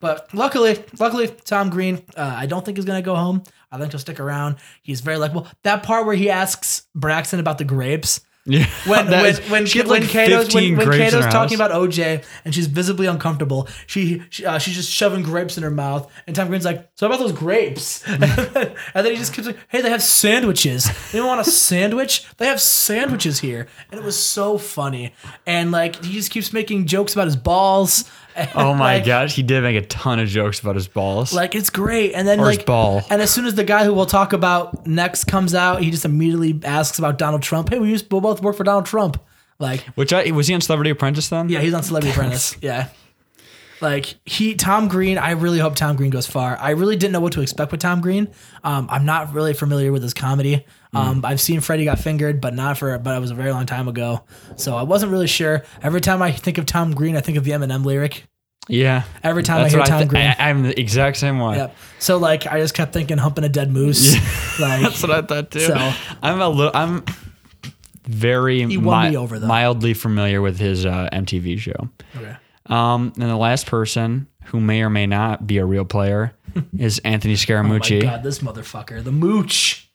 Speaker 1: But luckily, luckily, Tom Green, uh, I don't think he's gonna go home. I think he'll stick around. He's very likable. That part where he asks Braxton about the grapes.
Speaker 2: yeah.
Speaker 1: When
Speaker 2: That
Speaker 1: when,
Speaker 2: is-
Speaker 1: when,
Speaker 2: she had,
Speaker 1: when
Speaker 2: like,
Speaker 1: Kato's when,
Speaker 2: 15
Speaker 1: when
Speaker 2: grapes in
Speaker 1: Kato's
Speaker 2: her
Speaker 1: talking
Speaker 2: house.
Speaker 1: about OJ and she's visibly uncomfortable, she, she uh, she's just shoving grapes in her mouth, and Tom Green's like, "So how about those grapes?" and
Speaker 2: Mm.
Speaker 1: then he just keeps like, "Hey, they have sandwiches. They want a sandwich? They have sandwiches here." And it was so funny, and like he just keeps making jokes about his balls. and,
Speaker 2: Oh my
Speaker 1: like,
Speaker 2: gosh, he did make a ton of jokes about his balls.
Speaker 1: Like it's great, and then
Speaker 2: Or his
Speaker 1: like,
Speaker 2: ball.
Speaker 1: and as soon as the guy who we'll talk about next comes out, he just immediately asks about Donald Trump. Hey, we used we both work for Donald Trump. Like,
Speaker 2: Which I was he on Celebrity Apprentice then?
Speaker 1: Yeah, he's on Celebrity Apprentice. Yeah. Like he, Tom Green. I really hope Tom Green goes far. I really didn't know what to expect with Tom Green. Um, I'm not really familiar with his comedy.
Speaker 2: Mm.
Speaker 1: Um, I've seen Freddie Got Fingered, but not for. But it was a very long time ago, so I wasn't really sure. Every time I think of Tom Green, I think of the Eminem lyric.
Speaker 2: Yeah.
Speaker 1: Every time
Speaker 2: That's
Speaker 1: I hear
Speaker 2: what
Speaker 1: Tom
Speaker 2: I th-
Speaker 1: Green,
Speaker 2: I, am the exact same way.
Speaker 1: yep. So like, I just kept thinking humping a dead moose. Like,
Speaker 2: That's what I thought too.
Speaker 1: So-
Speaker 2: I'm a little I'm very
Speaker 1: won
Speaker 2: mi-
Speaker 1: me over, though.
Speaker 2: mildly familiar with his uh, MTV show.
Speaker 1: okay.
Speaker 2: Um, and the last person who may or may not be a real player is Anthony
Speaker 1: oh my
Speaker 2: Scaramucci.
Speaker 1: god, this motherfucker, the mooch,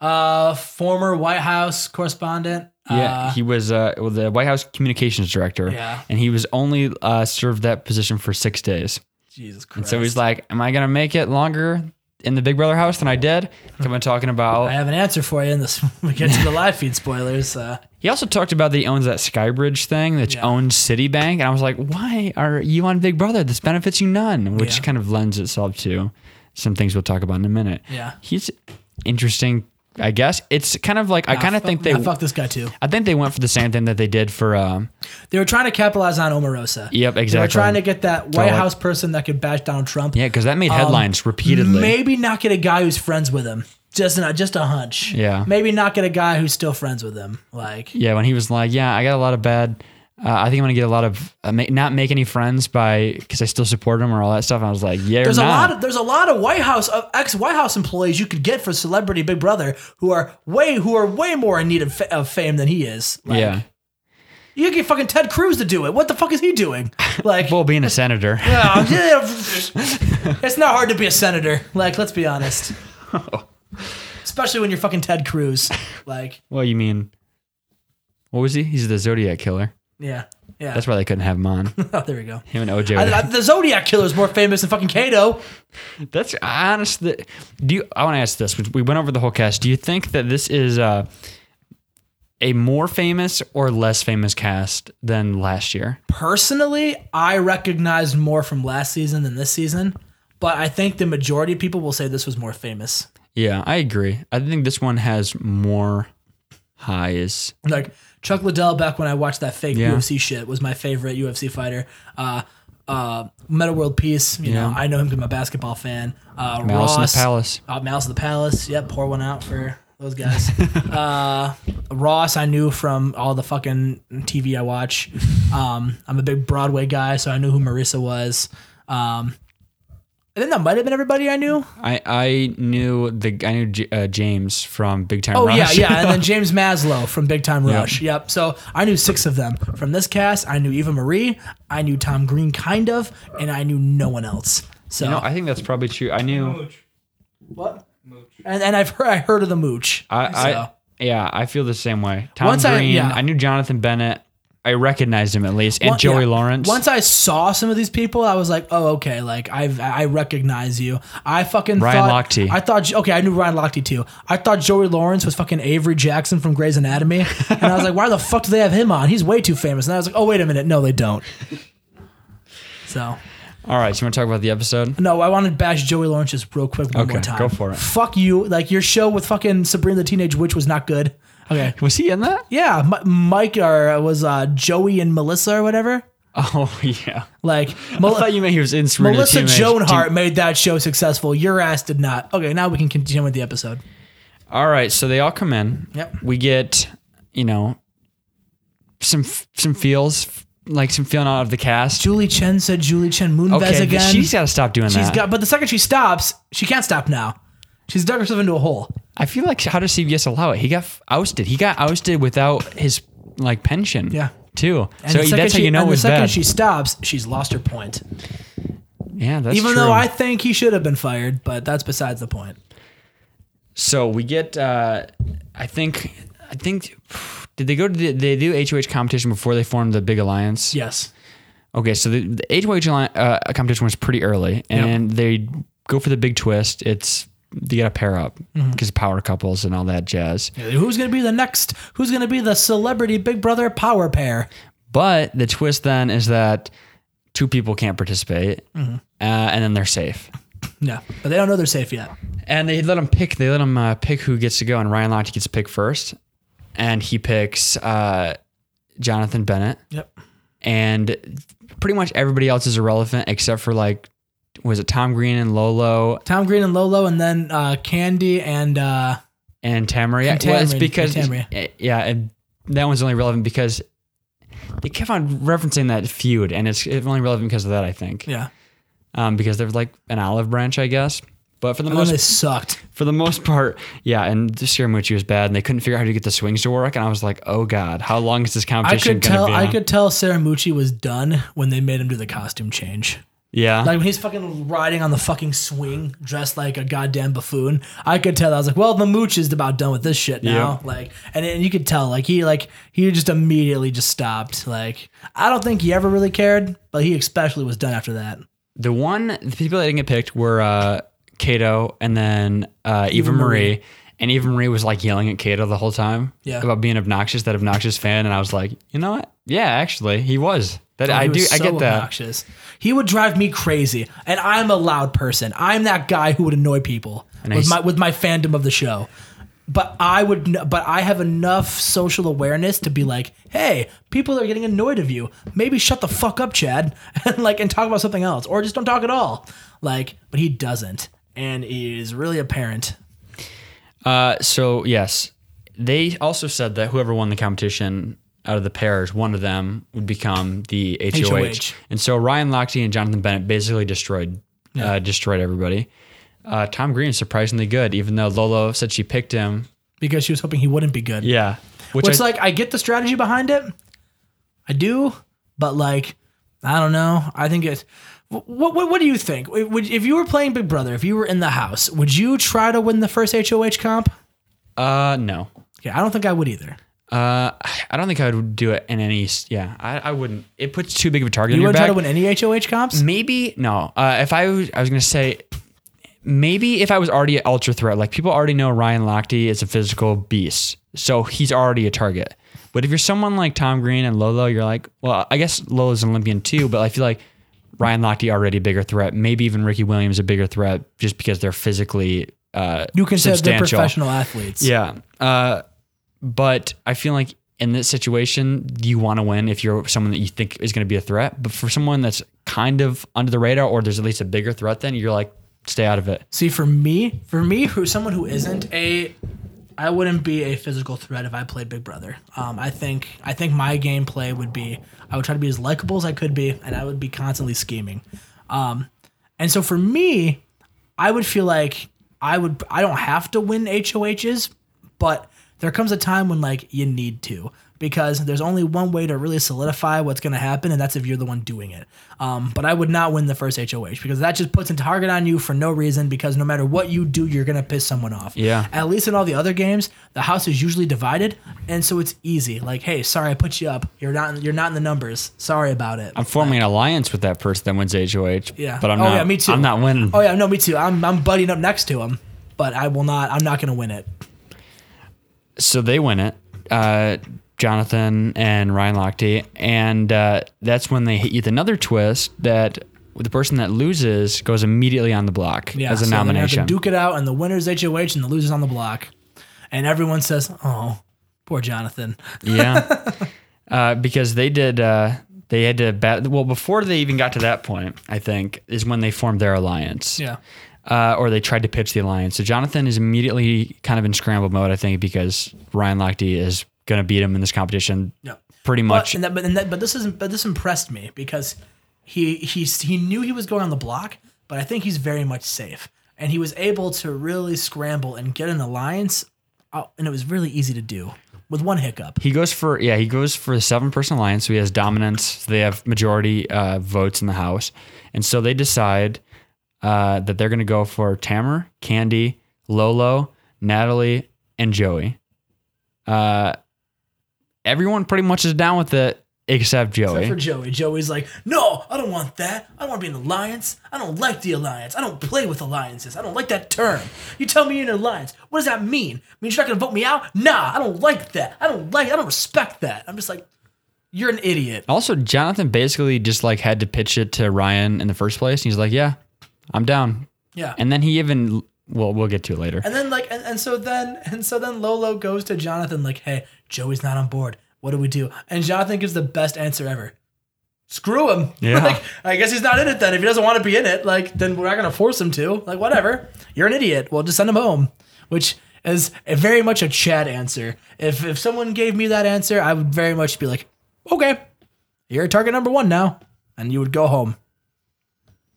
Speaker 1: uh, former White House correspondent.
Speaker 2: yeah,
Speaker 1: Uh,
Speaker 2: he was uh, well, the White House communications director,
Speaker 1: Yeah.
Speaker 2: and he was only uh, served that position for six days.
Speaker 1: Jesus Christ.
Speaker 2: And so he's like, "Am I gonna make it longer in the Big Brother house than I did?" Come on, talking
Speaker 1: I
Speaker 2: about.
Speaker 1: have an answer for you in this. When we get to the live feed spoilers. Uh,
Speaker 2: He also talked about that he owns that Skybridge thing, that
Speaker 1: Yeah.
Speaker 2: owns Citibank, and I was like, "Why are you on Big Brother? This benefits you none," which
Speaker 1: Yeah.
Speaker 2: kind of lends itself to some things we'll talk about in a minute.
Speaker 1: Yeah.
Speaker 2: he's interesting. I guess it's kind of like I kind of think they
Speaker 1: I fuck this guy too.
Speaker 2: I think they went for the same thing that they did for. Um,
Speaker 1: They were trying to capitalize on Omarosa.
Speaker 2: Yep,
Speaker 1: They were
Speaker 2: exactly.
Speaker 1: trying to get um, that White
Speaker 2: like-
Speaker 1: House person that could bash Donald Trump.
Speaker 2: yeah, because that made headlines repeatedly.
Speaker 1: Maybe not get a guy who's friends with him. Just an, just a hunch.
Speaker 2: Yeah.
Speaker 1: Maybe not get a guy who's still friends with him. Like
Speaker 2: yeah, when he was like, "Yeah, I got a lot of bad. Uh, I think I'm gonna get a lot of uh, ma- not make any friends by because I still support him or all that stuff." I was like, "Yeah,
Speaker 1: there's
Speaker 2: or
Speaker 1: a
Speaker 2: not.
Speaker 1: lot of there's a lot of White House of ex White House employees you could get for Celebrity Big Brother who are way who are way more in need of, fa- of fame than he is. Like,
Speaker 2: yeah,
Speaker 1: You could get fucking Ted Cruz to do it. What the fuck is he doing? Like
Speaker 2: well, being a senator,
Speaker 1: Oh, yeah. it's not hard to be a senator. Like, let's be honest. Especially when you're fucking Ted Cruz. Like,
Speaker 2: well, you mean what was he? He's the Zodiac killer.
Speaker 1: yeah, yeah.
Speaker 2: That's why they couldn't have him on.
Speaker 1: oh, there we go.
Speaker 2: Him and OJ.
Speaker 1: I,
Speaker 2: were-
Speaker 1: I, the Zodiac Killer is more famous than fucking Kato.
Speaker 2: That's honestly. Do you? I want to ask this. which We went over the whole cast. Do you think that this is uh, a more famous or less famous cast than last year?
Speaker 1: Personally, I recognized more from last season than this season, but I think the majority of people will say this was more famous.
Speaker 2: Yeah, I agree. I think this one has more highs.
Speaker 1: like Chuck Liddell back when I watched that fake
Speaker 2: Yeah.
Speaker 1: UFC shit was my favorite UFC fighter. Uh, uh, Metal World Peace, you know,
Speaker 2: Yeah.
Speaker 1: I know him because I'm a basketball fan. Uh,
Speaker 2: Malice in the
Speaker 1: Ross,
Speaker 2: Palace.
Speaker 1: Uh, Malice in the Palace. Yep, pour one out for those guys. uh, Ross, I knew from all the fucking TV I watch. Um, I'm a big Broadway guy, so I knew who Marissa was. Um, I think that might have been everybody I knew.
Speaker 2: I I knew the I knew J- uh, James from Big Time
Speaker 1: Oh
Speaker 2: Rush.
Speaker 1: yeah, yeah, and then James Maslow from Big Time Rush. Yep. So I knew six of them from this cast. I knew Eva Marie. I knew Tom Green, kind of, and I knew no one else. So
Speaker 2: no, I think that's probably true. I knew.
Speaker 3: Mooch.
Speaker 1: what?
Speaker 3: Mooch.
Speaker 1: And and I've heard I heard of the Mooch.
Speaker 2: I, I
Speaker 1: So-
Speaker 2: yeah, I feel the same way. Tom
Speaker 1: Once I-
Speaker 2: Green. I,
Speaker 1: yeah.
Speaker 2: knew Jonathan Bennett. I recognized him at least, and
Speaker 1: One-
Speaker 2: Joey
Speaker 1: Uh, yeah.
Speaker 2: Lawrence.
Speaker 1: Once I saw some of these people, I was like, "Oh, okay. Like I I recognize you. I fucking
Speaker 2: Ryan
Speaker 1: thought,
Speaker 2: Lochte.
Speaker 1: I thought okay, I knew Ryan Lochte too. I thought Joey Lawrence was fucking Avery Jackson from Grey's Anatomy, and I was like, "Why the fuck do they have him on? He's way too famous." And I was like, "Oh, wait a minute. No, they don't." So
Speaker 2: All right, so you want to talk about the episode?
Speaker 1: No, I want to bash Joey Lawrence just real quick one
Speaker 2: Okay,
Speaker 1: more time.
Speaker 2: go for it.
Speaker 1: Fuck you. Like your show with fucking Sabrina the Teenage Witch was not good. Okay.
Speaker 2: Was he in that?
Speaker 1: Yeah, M- Mike or uh, was uh, Joey and Melissa or whatever.
Speaker 2: Oh yeah.
Speaker 1: Like
Speaker 2: I
Speaker 1: Mel-
Speaker 2: thought you meant he was in Serena.
Speaker 1: Melissa
Speaker 2: Teenage-
Speaker 1: Joan Hart made that show successful. Your ass did not. Okay, now we can continue with the episode.
Speaker 2: All right, so they all come in.
Speaker 1: Yep.
Speaker 2: We get, you know, some some feels like some feeling out of the cast.
Speaker 1: Julie Chen said Julie Chen Moonves
Speaker 2: okay,
Speaker 1: again.
Speaker 2: she's got to stop doing
Speaker 1: She's
Speaker 2: that.
Speaker 1: got, but the second she stops, she can't stop now. She's dug herself into a hole.
Speaker 2: I feel like how does CBS allow it? He got f- ousted. He got ousted without his like pension.
Speaker 1: Yeah.
Speaker 2: Too.
Speaker 1: And
Speaker 2: so
Speaker 1: the
Speaker 2: he-
Speaker 1: second
Speaker 2: that's how
Speaker 1: she-
Speaker 2: you know it
Speaker 1: and
Speaker 2: was
Speaker 1: the second
Speaker 2: bad.
Speaker 1: she stops, she's lost her point.
Speaker 2: yeah, that's
Speaker 1: Even
Speaker 2: true.
Speaker 1: though I think he should have been fired, but that's besides the point.
Speaker 2: So we get. Uh, I think. I think. Did they go to the? They do HOH competition before they formed the big alliance.
Speaker 1: Yes.
Speaker 2: Okay, so the, the HOH alli- uh, competition was pretty early, and they go for the big twist. It's you got to pair up because power couples and all that jazz.
Speaker 1: Who's going to be the next? Who's going to be the celebrity Big Brother power pair?
Speaker 2: But the twist then is that two people can't participate, uh, and then they're safe.
Speaker 1: No, but they don't know they're safe yet.
Speaker 2: And they let them pick. They let them uh, pick who gets to go, and Ryan Lochte gets to pick first, and he picks uh, Jonathan Bennett.
Speaker 1: Yep.
Speaker 2: and pretty much everybody else is irrelevant except for like was it Tom Green and Lolo
Speaker 1: Tom Green and Lolo, and then uh, Candy and uh,
Speaker 2: and Tamara? Yeah,
Speaker 1: And
Speaker 2: well, it's
Speaker 1: Tamara,
Speaker 2: because eh,
Speaker 1: and Tamara.
Speaker 2: yeah, and that one's only relevant because they kept on referencing that feud, and it's it's only relevant because of that, I think.
Speaker 1: yeah,
Speaker 2: Um, because they're like an olive branch, I guess. But for the
Speaker 1: and then
Speaker 2: most
Speaker 1: they sucked.
Speaker 2: for the most part, yeah, and the Scaramucci was bad, and they couldn't figure out how to get the swings to work, and I was like, oh god, how long is this
Speaker 1: I
Speaker 2: competition
Speaker 1: could
Speaker 2: gonna
Speaker 1: tell.
Speaker 2: be?
Speaker 1: I could tell Saramucci was done when they made him do the costume change.
Speaker 2: yeah.
Speaker 1: Like when he's fucking riding on the fucking swing, dressed like a goddamn buffoon. I could tell. I was like, well, the mooch is about done with this shit now. Like, and, and you could tell. Like he, like he just immediately just stopped. Like I don't think he ever really cared, but he especially was done after that.
Speaker 2: The one the people that didn't get picked were uh Kato and then uh Eva Marie. And Eva Marie was like yelling at Kato the whole time
Speaker 1: Yeah.
Speaker 2: about being obnoxious, that obnoxious fan. And I was like, you know what? Yeah, actually, he was. That I
Speaker 1: He
Speaker 2: do
Speaker 1: was
Speaker 2: I
Speaker 1: so
Speaker 2: get that.
Speaker 1: Obnoxious. He would drive me crazy, and I'm a loud person. I'm that guy who would annoy people with
Speaker 2: he's-
Speaker 1: my with my fandom of the show. But I would, kn- but I have enough social awareness to be like, hey, people are getting annoyed of you. Maybe shut the fuck up, Chad, and like and talk about something else, or just don't talk at all. Like, but he doesn't, and it is really apparent.
Speaker 2: Uh so yes. They also said that whoever won the competition out of the pairs, one of them would become the HOH.
Speaker 1: HOH.
Speaker 2: And so Ryan Lochte and Jonathan Bennett basically destroyed uh, destroyed everybody. Uh, Tom Green is surprisingly good, even though Lolo said she picked him
Speaker 1: Because she was hoping he wouldn't be good.
Speaker 2: Yeah. Which,
Speaker 1: Which,
Speaker 2: I,
Speaker 1: like, I get the strategy behind it. I do, but like, I don't know. I think it's. What, what, what do you think? Would, if you were playing Big Brother, if you were in the house, would you try to win the first HOH comp?
Speaker 2: uh, no.
Speaker 1: Yeah, I don't think I would either.
Speaker 2: Uh, I don't think I would do it in any. Yeah, I, I wouldn't. It puts too big of a target
Speaker 1: You
Speaker 2: on your
Speaker 1: wouldn't try
Speaker 2: back. Mm-hmm.
Speaker 1: to win any HOH comps?
Speaker 2: Maybe no. Uh, if I was, I was gonna say, maybe if I was already at ultra threat, like people already know Ryan Lochte is a physical beast, so he's already a target. But if you're someone like Tom Green and Lolo, you're like, well, I guess Lolo's an Olympian too, but I feel like Ryan Lochte already a bigger threat. Maybe even Ricky Williams a bigger threat just because they're physically uh,
Speaker 1: You consider they're
Speaker 2: substantial.
Speaker 1: professional athletes.
Speaker 2: Yeah. Uh, but I feel like in this situation, you want to win if you're someone that you think is going to be a threat. But for someone that's kind of under the radar or there's at least a bigger threat, then you're like, stay out of it.
Speaker 1: See, for me, for me, who someone who isn't a, I wouldn't be a physical threat if I played Big Brother. Um, I think I think my gameplay would be I would try to be as likable as I could be, and I would be constantly scheming. Um, and so for me, I would feel like I would I don't have to win HOHs, but there comes a time when like you need to because there's only one way to really solidify what's going to happen and that's if you're the one doing it um, but i would not win the first hoh because that just puts a target on you for no reason because no matter what you do you're going to piss someone off
Speaker 2: Yeah.
Speaker 1: at least in all the other games the house is usually divided and so it's easy like hey sorry i put you up you're not you're not in the numbers sorry about it
Speaker 2: I'm forming an alliance with that person that wins HOH.
Speaker 1: yeah
Speaker 2: But I'm
Speaker 1: oh,
Speaker 2: not,
Speaker 1: yeah, me too.
Speaker 2: I'm not winning.
Speaker 1: oh yeah no me too i'm, I'm buddying up next to him but i will not i'm not going to win it
Speaker 2: so they win it. Uh, Jonathan and Ryan Lochte, and uh, that's when they hit you with another twist that the person that loses goes immediately on the block
Speaker 1: Yeah,
Speaker 2: as a
Speaker 1: so they're gonna have to
Speaker 2: nomination.
Speaker 1: duke it out, and the winner's HOH and the loser's on the block. And everyone says, oh, poor Jonathan.
Speaker 2: yeah, uh, because they did. Uh, they had to bat. Well, before they even got to that point, I think is when they formed their alliance.
Speaker 1: Yeah.
Speaker 2: uh, or they tried to pitch the alliance. So Jonathan is immediately kind of in scramble mode, I think, because Ryan Lochte is going to beat him in this competition
Speaker 1: Yep.
Speaker 2: pretty
Speaker 1: But,
Speaker 2: much.
Speaker 1: and that, but, and that, but this isn't. But this impressed me because he he he knew he was going on the block, but I think he's very much safe, and he was able to really scramble and get an alliance, out, and it was really easy to do with one hiccup.
Speaker 2: he goes for yeah, he goes for the seven person alliance. So he has dominance. So they have majority uh, votes in the house, and so they decide uh, that they're going to go for Tamer, Candy, Lolo, Natalie, and Joey. Uh, everyone pretty much is down with it except Joey.
Speaker 1: Except for Joey. Joey's like, no, I don't want that. I don't want to be an alliance. I don't like the alliance. I don't play with alliances. I don't like that term. You tell me you're in an alliance. What does that mean? Means you're not gonna vote me out? Nah, I don't like that. I don't like. I don't respect that. I'm just like, you're an idiot.
Speaker 2: Also, Jonathan basically just like had to pitch it to Ryan in the first place. He's like, "Yeah, I'm down."
Speaker 1: Yeah.
Speaker 2: And then he even well, we'll get to it later.
Speaker 1: And then like and, and so then and so then Lolo goes to Jonathan like, hey, Joey's not on board. What do we do? And Jonathan gives the best answer ever. Screw him.
Speaker 2: Yeah.
Speaker 1: Like, I guess he's not in it then. If he doesn't want to be in it, like then we're not gonna force him to. Like, whatever. You're an idiot. We'll just send him home. Which is a very much a Chad answer. If if someone gave me that answer, I would very much be like, Okay, you're target number one now. And you would go home.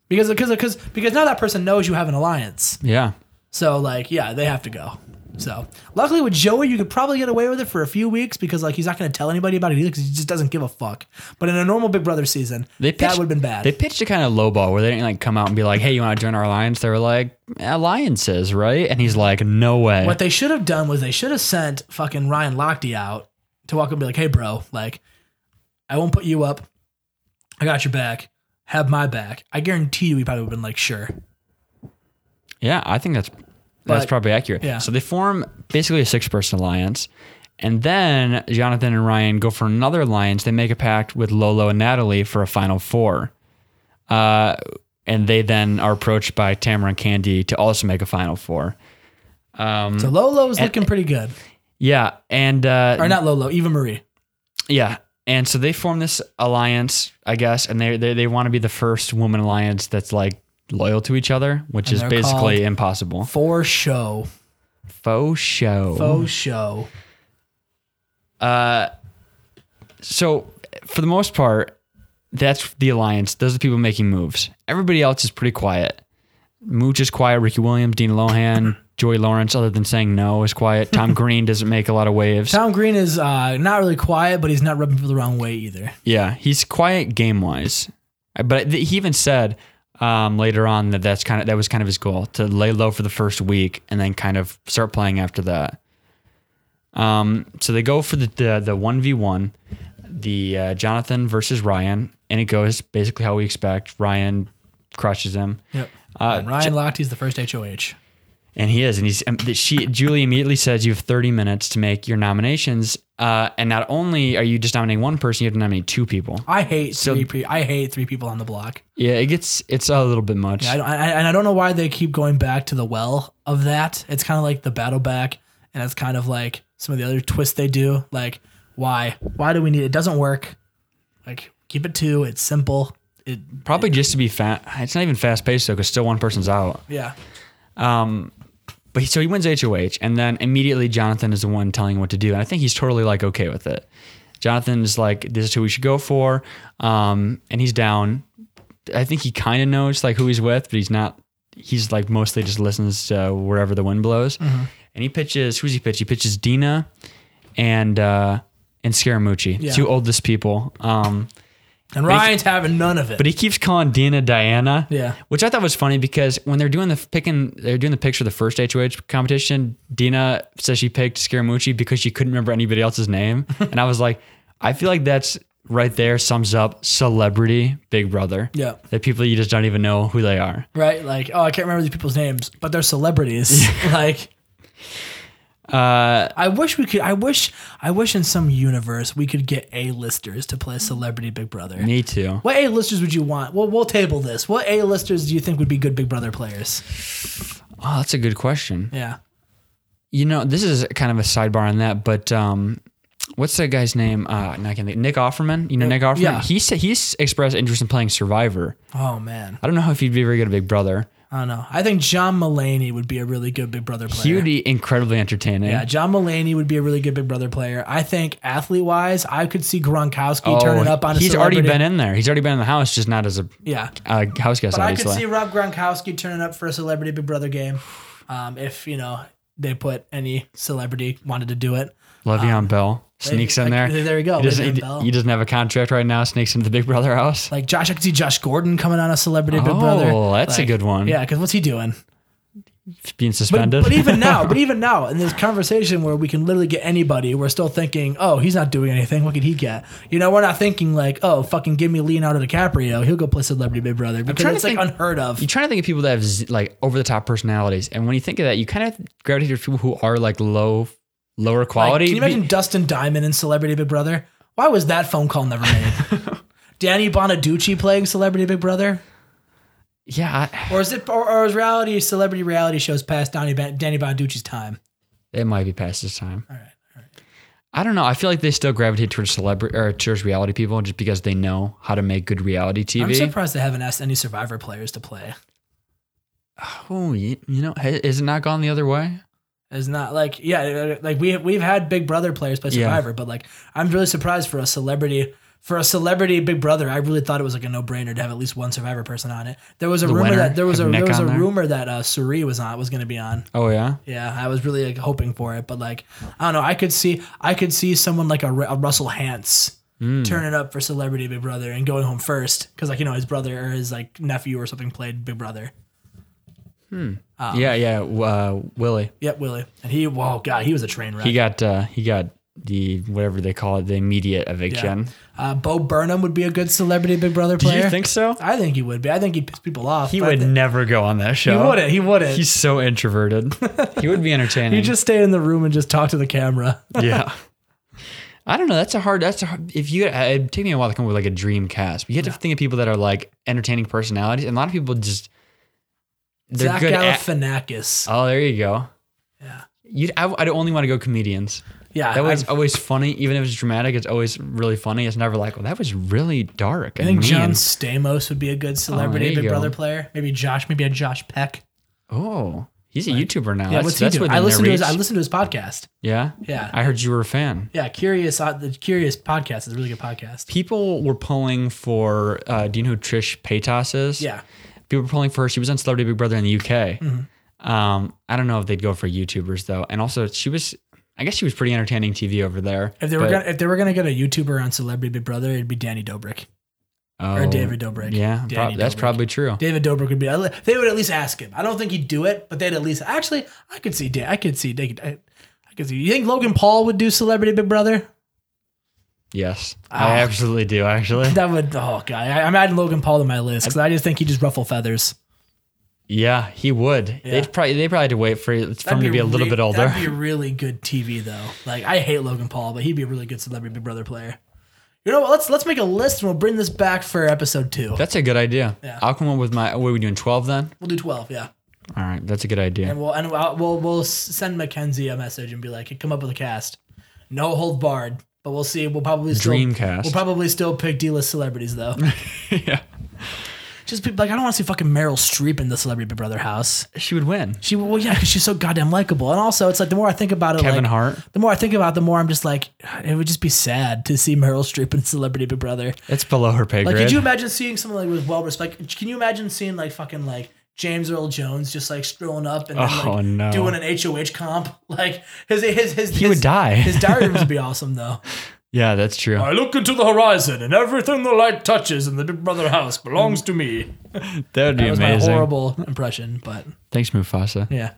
Speaker 1: Because because because because now that person knows you have an alliance.
Speaker 2: Yeah.
Speaker 1: So like, yeah, they have to go. So luckily with Joey, you could probably get away with it for a few weeks because like he's not going to tell anybody about it either because he just doesn't give a fuck. But in a normal Big Brother season,
Speaker 2: They
Speaker 1: that
Speaker 2: pitched-
Speaker 1: would have been bad.
Speaker 2: They pitched a kind of low ball where they didn't like come out and be like, "Hey, you want to join our alliance?" They were like, "Alliances, right?" And he's like, "No way."
Speaker 1: what they should have done was they should have sent fucking Ryan Lochte out to walk up and be like, "Hey, bro, like, I won't put you up. I got your back. Have my back. I guarantee you, he probably would have been like, sure.
Speaker 2: Yeah, I think that's that's
Speaker 1: But-
Speaker 2: probably accurate.
Speaker 1: yeah.
Speaker 2: So they form basically a six person alliance. And then Jonathan and Ryan go for another alliance. They make a pact with Lolo and Natalie for a final four. Uh, and they then are approached by Tamara and Candy to also make a final four. Mm-hmm.
Speaker 1: So Lolo's looking pretty good,
Speaker 2: Yeah. And uh,
Speaker 1: or not Lolo, Eva Marie.
Speaker 2: yeah. And so they form this alliance, I guess, and they they, they want to be the first woman alliance that's like loyal to each other, which is
Speaker 1: they're
Speaker 2: basically
Speaker 1: called-
Speaker 2: impossible.
Speaker 1: For show,
Speaker 2: Faux show.
Speaker 1: faux show.
Speaker 2: so for the most part, that's the alliance. Those are the people making moves. Everybody else is pretty quiet. Mooch is quiet. Ricky Williams, Dean Lohan, Joey Lawrence, other than saying no, is quiet. Tom Green doesn't make a lot of waves.
Speaker 1: Tom Green is uh, not really quiet, but he's not rubbing people the wrong way either.
Speaker 2: Yeah, he's quiet game wise, but th- he even said um, later on that that's kind of that was kind of his goal to lay low for the first week and then kind of start playing after that. Um, so they go for the the the one v one, the uh, Jonathan versus Ryan, and it goes basically how we expect. Ryan crushes him.
Speaker 1: Yep.
Speaker 2: Uh,
Speaker 1: and Ryan Lochte's the first HOH.
Speaker 2: And he is, and he's. And th- she, Julie, immediately says you have 30 minutes to make your nominations, uh, and not only are you just nominating one person, you have to nominate two people.
Speaker 1: I hate
Speaker 2: So-
Speaker 1: three. Pre- I hate three people on the block.
Speaker 2: Yeah, it gets it's a little bit much.
Speaker 1: I don't, I, and I don't know why they keep going back to the well of that. It's kind of like the battle back, and it's kind of like some of the other twists they do. Like, why? Why do we need? It doesn't work. Like, keep it two. It's simple. It
Speaker 2: Probably just to be fat. It's not even fast paced though, because still one person's out.
Speaker 1: yeah.
Speaker 2: But he, so he wins HOH, and then immediately Jonathan is the one telling him what to do, and I think he's totally like okay with it. Jonathan is like, "This is who we should go for," um, and he's down. I think he kind of knows like who he's with, but he's not. He's like mostly just listens to wherever the wind blows, and he pitches. Who's he pitch? He pitches Dina, and uh, and Scaramucci,
Speaker 1: Yeah.
Speaker 2: two oldest people. Um,
Speaker 1: And Ryan's having none of it.
Speaker 2: but he keeps calling Dina Diana.
Speaker 1: Yeah.
Speaker 2: Which I thought was funny because when they're doing the picking, they're doing the picks for the first HOH competition. Dina says she picked Scaramucci because she couldn't remember anybody else's name, and I was like, I feel like that's right there sums up celebrity Big Brother.
Speaker 1: Yeah.
Speaker 2: The people you just don't even know who they are.
Speaker 1: right? Like, oh, I can't remember these people's names, but they're celebrities. like,
Speaker 2: Uh,
Speaker 1: I wish we could. I wish. I wish in some universe we could get A-listers to play Celebrity Big Brother.
Speaker 2: me too.
Speaker 1: What A-listers would you want? Well, we'll table this. What A-listers do you think would be good Big Brother players?
Speaker 2: Oh, that's a good question.
Speaker 1: Yeah.
Speaker 2: You know, this is kind of a sidebar on that, but um, what's that guy's name? Uh, not gonna think. Nick Offerman. You know Nick Offerman.
Speaker 1: Uh, yeah.
Speaker 2: He said he's expressed interest in playing Survivor.
Speaker 1: Oh man,
Speaker 2: I don't know if he'd be very good at Big Brother.
Speaker 1: I don't know. I think John Mulaney would be a really good Big Brother player.
Speaker 2: He would be incredibly entertaining.
Speaker 1: Oh, Yeah, John Mulaney would be a really good Big Brother player. I think athlete wise, I could see Gronkowski
Speaker 2: Oh,
Speaker 1: turning up on. A
Speaker 2: he's
Speaker 1: celebrity.
Speaker 2: already been in there. He's already been in the house, just not as a,
Speaker 1: Yeah,
Speaker 2: a house guest,
Speaker 1: but I could
Speaker 2: obviously.
Speaker 1: see Rob Gronkowski turning up for a celebrity Big Brother game, um, if you know they put any celebrity wanted to do it.
Speaker 2: Le'Veon Bell sneaks in there.
Speaker 1: like, Ah. there you go,
Speaker 2: He doesn't,
Speaker 1: Le'Veon
Speaker 2: he,
Speaker 1: Bell.
Speaker 2: he doesn't have a contract right now. Sneaks into the Big Brother house.
Speaker 1: Like Josh, I could see Josh Gordon coming on a celebrity Big Brother.
Speaker 2: Oh, that's a
Speaker 1: Like,
Speaker 2: good one.
Speaker 1: Yeah, because what's he doing?
Speaker 2: being
Speaker 1: But,
Speaker 2: suspended.
Speaker 1: but even now, but even now, in this conversation where we can literally get anybody, we're still thinking, oh, he's not doing anything. What could he get? You know, we're not thinking like, oh, fucking give me Leonardo DiCaprio. He'll go play Celebrity Big Brother because
Speaker 2: trying to
Speaker 1: it's like
Speaker 2: think-
Speaker 1: unheard of.
Speaker 2: you're trying to think of people that have z- like over the top personalities, and when you think of that, you kind of gravitate towards people who are like low, lower
Speaker 1: Like,
Speaker 2: quality.
Speaker 1: can you imagine Dustin Diamond in Celebrity Big Brother? Why was that phone call never made? Danny Bonaducci playing Celebrity Big Brother,
Speaker 2: Be- yeah, I,
Speaker 1: or is it, or, or is reality celebrity reality shows past Donny, Ban- Danny Bonaducci's time?
Speaker 2: it might be past this time.
Speaker 1: All right.
Speaker 2: I don't know. I feel like they still gravitate towards celebrity or towards reality people just because they know how to make good reality
Speaker 1: I'm
Speaker 2: TV.
Speaker 1: surprised they haven't asked any Survivor players to play.
Speaker 2: oh, you, you know, ha- is it not gone the other way?
Speaker 1: It's not like yeah, like we we've had Big Brother players play
Speaker 2: Yeah.
Speaker 1: Survivor, but like I'm really surprised for a celebrity for a celebrity Big Brother. I really thought it was like a no brainer to have at least one Survivor person on it. There was a rumor
Speaker 2: winner?
Speaker 1: that there was
Speaker 2: Have
Speaker 1: a there
Speaker 2: Nick
Speaker 1: was a
Speaker 2: on there?
Speaker 1: rumor that uh, Suri was on was going to be on.
Speaker 2: Oh yeah.
Speaker 1: Yeah, I was really like hoping for it, but like I don't know. I could see I could see someone like a, Ru- a Russell Hance
Speaker 2: Hmm.
Speaker 1: turning up for Celebrity Big Brother and going home first because like you know his brother or his like nephew or something played Big Brother.
Speaker 2: yeah, yeah. w- Uh, Willie,
Speaker 1: Yep, Willie, and he whoa god he was a train wreck.
Speaker 2: he got uh, he got the whatever they call it, the immediate eviction.
Speaker 1: Uh, Bo Burnham would be a good celebrity Big Brother
Speaker 2: Do
Speaker 1: player.
Speaker 2: you think so?
Speaker 1: I think he would be. I think he'd piss people off.
Speaker 2: He
Speaker 1: but I
Speaker 2: would
Speaker 1: thi-
Speaker 2: never go on that show.
Speaker 1: He wouldn't. He wouldn't.
Speaker 2: He's so introverted. he would be entertaining.
Speaker 1: he'd just stay in the room and just talk to the camera.
Speaker 2: yeah. I don't know. That's a hard. That's a hard, if you. uh, It took me a while to come up with like a dream cast. But you have to think of people that are like entertaining personalities, and a lot of people just they're
Speaker 1: Zach
Speaker 2: good. At,
Speaker 1: Galifianakis.
Speaker 2: oh, there you go. Yeah. You'd, I, I'd only want to go comedians.
Speaker 1: yeah,
Speaker 2: That
Speaker 1: I,
Speaker 2: was always funny, even if it's dramatic. It's always really funny. It's never like, well, that was really dark.
Speaker 1: I
Speaker 2: and
Speaker 1: think
Speaker 2: mean. Oh,
Speaker 1: John Stamos would be a good
Speaker 2: there
Speaker 1: celebrity
Speaker 2: you
Speaker 1: Big
Speaker 2: go.
Speaker 1: Brother player. Maybe Josh. Maybe a Josh Peck.
Speaker 2: Oh, he's a YouTuber now.
Speaker 1: Yeah,
Speaker 2: Oh, that's
Speaker 1: what's he
Speaker 2: that's
Speaker 1: doing?
Speaker 2: within
Speaker 1: I listened to
Speaker 2: their
Speaker 1: his. I
Speaker 2: reach.
Speaker 1: listened to his podcast.
Speaker 2: yeah,
Speaker 1: Yeah.
Speaker 2: I heard you were a fan.
Speaker 1: Yeah, curious. Uh, the Curious podcast is a really good podcast.
Speaker 2: people were pulling for uh, do you know who Trish Paytas is?
Speaker 1: Yeah,
Speaker 2: People were pulling for her. She was on Celebrity Big Brother in the UK.
Speaker 1: Mm-hmm.
Speaker 2: Um, I don't know if they'd go for YouTubers though. And also she was I guess she was pretty entertaining TV over there.
Speaker 1: if they were
Speaker 2: but-
Speaker 1: gonna, if they were gonna get a YouTuber on Celebrity Big Brother, it'd be Danny Dobrik.
Speaker 2: Oh,
Speaker 1: David Dobrik.
Speaker 2: Yeah,
Speaker 1: Danny
Speaker 2: prob- that's
Speaker 1: Dobrik.
Speaker 2: probably true.
Speaker 1: David Dobrik would be. They would at least ask him. I don't think he'd do it, but they'd at least. Actually, I could see. Dan- I could see. They could. I, I could see. You think Logan Paul would do Celebrity Big Brother?
Speaker 2: Yes. I absolutely do actually.
Speaker 1: Ah. That would. Oh god, I, I'm adding Logan Paul to my list because I just think he just ruffle feathers.
Speaker 2: yeah, he would. They'd probably they probably had to wait for, it- for him to be a little
Speaker 1: re-
Speaker 2: bit older.
Speaker 1: That'd be really good TV though. Like I hate Logan Paul, but he'd be a really good Celebrity Big Brother player. You know what? Let's let's make a list and we'll bring this back for episode two.
Speaker 2: That's a good idea.
Speaker 1: Yeah.
Speaker 2: I'll come up with my what are we doing, twelve then?
Speaker 1: We'll do twelve. Yeah.
Speaker 2: All right, that's a good idea.
Speaker 1: And we'll and we'll we'll, we'll send Mackenzie a message and be like, "Hey, come up with a cast, no hold barred. But we'll see. We'll probably still,
Speaker 2: Dream cast.
Speaker 1: We'll probably still pick D-list celebrities though.
Speaker 2: yeah.
Speaker 1: Just people like I don't want to see fucking Meryl Streep in the Celebrity Big Brother house.
Speaker 2: She would win.
Speaker 1: She well yeah, because she's so goddamn likable. And also, it's like the more I think about it,
Speaker 2: Kevin
Speaker 1: like,
Speaker 2: Hart.
Speaker 1: The more I think about, it, the more I'm just like, it would just be sad to see Meryl Streep in Celebrity Big Brother.
Speaker 2: It's below her pay
Speaker 1: Like,
Speaker 2: grade.
Speaker 1: could you imagine seeing someone like with well respect? Like, can you imagine seeing like fucking like James Earl Jones just like strolling up and then, like,
Speaker 2: Oh, no.
Speaker 1: doing an HOH comp? Like his his his
Speaker 2: He would die.
Speaker 1: His diary rooms would be awesome though.
Speaker 2: yeah, that's true.
Speaker 1: I look into the horizon, and everything the light touches in the Big Brother house belongs to me.
Speaker 2: That would be
Speaker 1: That was
Speaker 2: amazing.
Speaker 1: my horrible impression, but
Speaker 2: Thanks, Mufasa.
Speaker 1: yeah,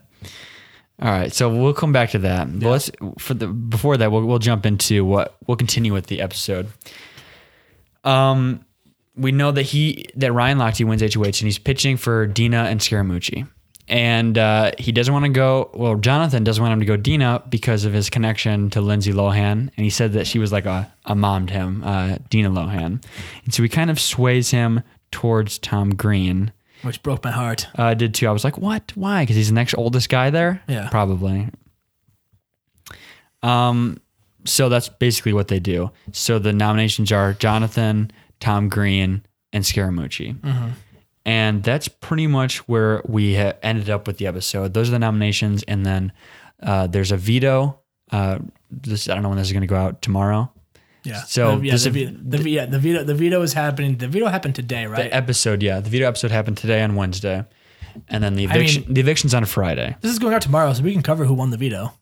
Speaker 2: All right, so we'll come back to that. But let's for the before that, we'll, we'll jump into what we'll continue with the episode. Um, we know that he that Ryan Lochte wins HOH and he's pitching for Dina and Scaramucci. and uh, he doesn't want to go. Well, Jonathan doesn't want him to go Dina because of his connection to Lindsay Lohan, and he said that she was like a, a mom to him, uh, Dina Lohan, and so he kind of sways him towards Tom Green.
Speaker 1: which broke my heart.
Speaker 2: Uh, I did too. I was like, what? Why? Because he's the next oldest guy there.
Speaker 1: Yeah.
Speaker 2: probably. Um, so that's basically what they do. So the nominations are Jonathan, Tom Green, and Scaramucci.
Speaker 1: Mm-hmm.
Speaker 2: And that's pretty much where we ha- ended up with the episode. Those are the nominations, and then uh, there's a veto. Uh, this I don't know when this is going to go out tomorrow.
Speaker 1: Yeah.
Speaker 2: So
Speaker 1: the, yeah,
Speaker 2: this
Speaker 1: the,
Speaker 2: is-
Speaker 1: veto- the, ve- yeah, the veto the veto is happening. The veto happened today, right?
Speaker 2: The episode, yeah, the veto episode happened today on Wednesday, and then the
Speaker 1: I mean-
Speaker 2: eviction. the eviction's on Friday.
Speaker 1: this is going out tomorrow, so we can cover who won the veto.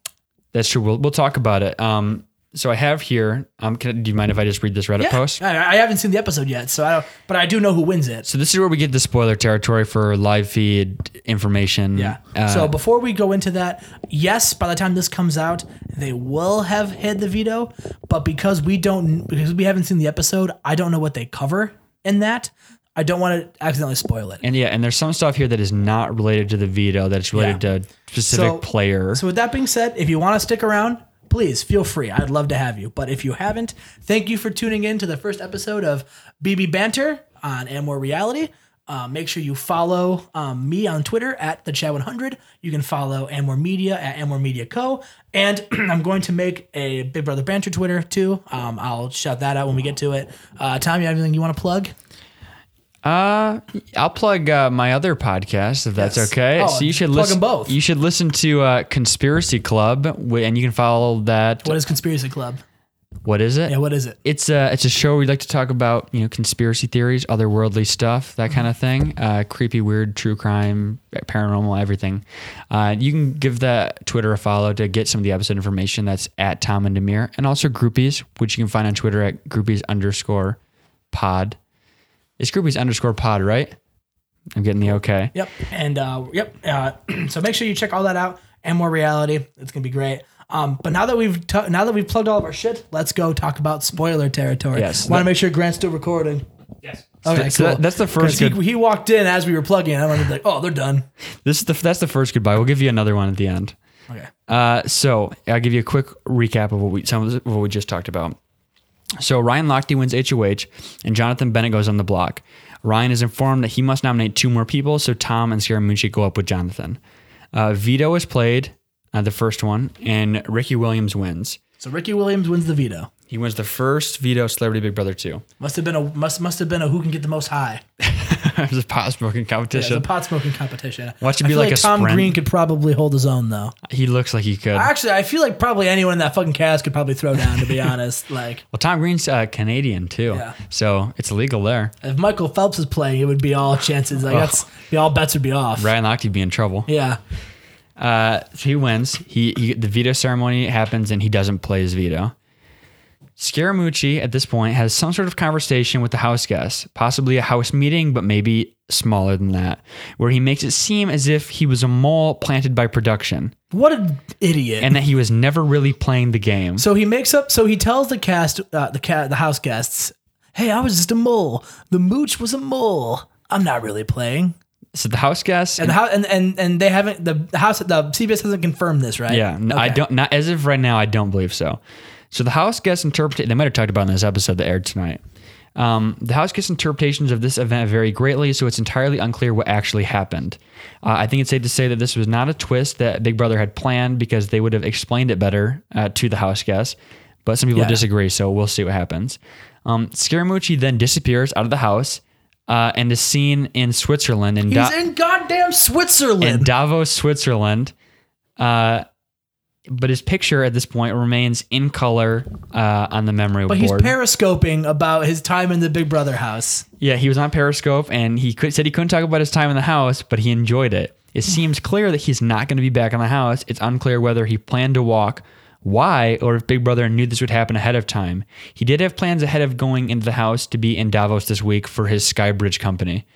Speaker 2: That's true. We'll we'll talk about it. Um, so I have here. Um, can, do you mind if I just read this Reddit post?
Speaker 1: I, I haven't seen the episode yet, so I don't, but I do know who wins it.
Speaker 2: So this is where we get the spoiler territory for live feed information.
Speaker 1: Yeah.
Speaker 2: Uh,
Speaker 1: so before we go into that, yes, by the time this comes out, they will have had the veto, but because we don't, because we haven't seen the episode, I don't know what they cover in that. I don't want to accidentally spoil it.
Speaker 2: and yeah, and there's some stuff here that is not related to the veto. That's related
Speaker 1: Yeah.
Speaker 2: to specific
Speaker 1: So-
Speaker 2: player.
Speaker 1: So with that being said, if you want to stick around, please feel free. I'd love to have you. But if you haven't, thank you for tuning in to the first episode of BB Banter on Amor Reality. Uh, make sure you follow um, me on Twitter at the Chat 100. You can follow Amor Media at Amor Media Co. And I'm going to make a Big Brother Banter Twitter too. Um, I'll shout that out when we get to it. Uh, Tom, you have anything you want to plug?
Speaker 2: Uh, I'll plug uh, my other podcast if that's
Speaker 1: Yes.
Speaker 2: okay.
Speaker 1: Oh,
Speaker 2: so you should
Speaker 1: plug 'em
Speaker 2: listen.
Speaker 1: both.
Speaker 2: You should listen to uh, Conspiracy Club, wi- and you can follow that.
Speaker 1: What is Conspiracy Club?
Speaker 2: what is it?
Speaker 1: Yeah, what is it?
Speaker 2: it's a it's a show we like to talk about you know conspiracy theories, otherworldly stuff,
Speaker 1: Mm-hmm.
Speaker 2: that kind of thing. Uh, creepy, weird, true crime, paranormal, everything. Uh, you can give the Twitter a follow to get some of the episode information. That's at Tom and Demir, and also Groupies, which you can find on Twitter at Groupies underscore Pod. It's Groupies underscore Pod, right? I'm getting the okay.
Speaker 1: Yep. And uh, yep. Uh, so make sure you check all that out and more reality. It's gonna be great. Um, but now that we've t- now that we've plugged all of our shit, let's go talk about spoiler territory.
Speaker 2: Yes.
Speaker 1: Want to make sure Grant's still recording.
Speaker 3: Yes.
Speaker 1: Okay,
Speaker 2: so that-
Speaker 1: cool.
Speaker 2: that's the
Speaker 1: 'Cause
Speaker 2: first
Speaker 1: He,
Speaker 2: good-
Speaker 1: he walked in as we were plugging. and I'm gonna be like, oh, they're done.
Speaker 2: This is the that's the first goodbye. We'll give you another one at the end.
Speaker 1: Okay.
Speaker 2: Uh, so I'll give you a quick recap of what we some of what we just talked about. So Ryan Lochte wins HOH, and Jonathan Bennett goes on the block. Ryan is informed that he must nominate two more people, so Tom and Scaramucci go up with Jonathan. Uh, veto is played, uh, the first one, and Ricky Williams wins.
Speaker 1: So Ricky Williams wins the veto.
Speaker 2: He wins the first veto Celebrity Big Brother 2.
Speaker 1: Must have been a must must have been a who can get the most high.
Speaker 2: it was a pot smoking
Speaker 1: Yeah, it's a
Speaker 2: competition.
Speaker 1: pot smoking competition.
Speaker 2: Watch it
Speaker 1: I
Speaker 2: be
Speaker 1: feel
Speaker 2: like a
Speaker 1: Tom
Speaker 2: sprint.
Speaker 1: Green could probably hold his own though.
Speaker 2: he looks like he could. Well,
Speaker 1: Actually, I feel like probably anyone in that fucking cast could probably throw down. To be honest, like
Speaker 2: Tom Green's uh, Canadian too,
Speaker 1: Yeah.
Speaker 2: so it's illegal there.
Speaker 1: If Michael Phelps is playing, it would be all chances. Like
Speaker 2: Oh.
Speaker 1: that's the all bets would be off.
Speaker 2: Ryan Lochte would be in trouble.
Speaker 1: Yeah.
Speaker 2: Uh, he wins. He, he the veto ceremony happens, and he doesn't play his veto. Scaramucci at this point has some sort of conversation with the house guests, possibly a house meeting, but maybe smaller than that, where he makes it seem as if he was a mole planted by production
Speaker 1: What an idiot.
Speaker 2: and that he was never really playing the game.
Speaker 1: so he makes up. So he tells the cast, uh, the cat, the house guests, "Hey, I was just a mole. The mooch was a mole. I'm not really playing."
Speaker 2: So the house guests,
Speaker 1: And how? And and and they haven't. The the house. The CBS hasn't confirmed this, right?
Speaker 2: yeah, n- I
Speaker 1: Okay.
Speaker 2: don't not as of right now, I don't believe so. So the house guests interpret. They might have talked about it in this episode that aired tonight. Um, the House Guest interpretations of this event vary greatly, so it's entirely unclear what actually happened. Uh, I think it's safe to say that this was not a twist that Big Brother had planned because they would have explained it better uh, to the House Guests, but some people
Speaker 1: Yeah.
Speaker 2: disagree, so we'll see what happens. Um, Scaramucci then disappears out of the house uh, and is seen in Switzerland in,
Speaker 1: He's
Speaker 2: Da-
Speaker 1: in goddamn Switzerland.
Speaker 2: in Davos, Switzerland. Uh, but his picture at this point remains in color uh, on the memory
Speaker 1: but
Speaker 2: board.
Speaker 1: he's periscoping about his time in the Big Brother house.
Speaker 2: Yeah, he was on Periscope and he could, said he couldn't talk about his time in the house, but he enjoyed it. It seems clear that he's not going to be back in the house. It's unclear whether he planned to walk, why, or if Big Brother knew this would happen ahead of time. He did have plans ahead of going into the house to be in Davos this week for his Skybridge company.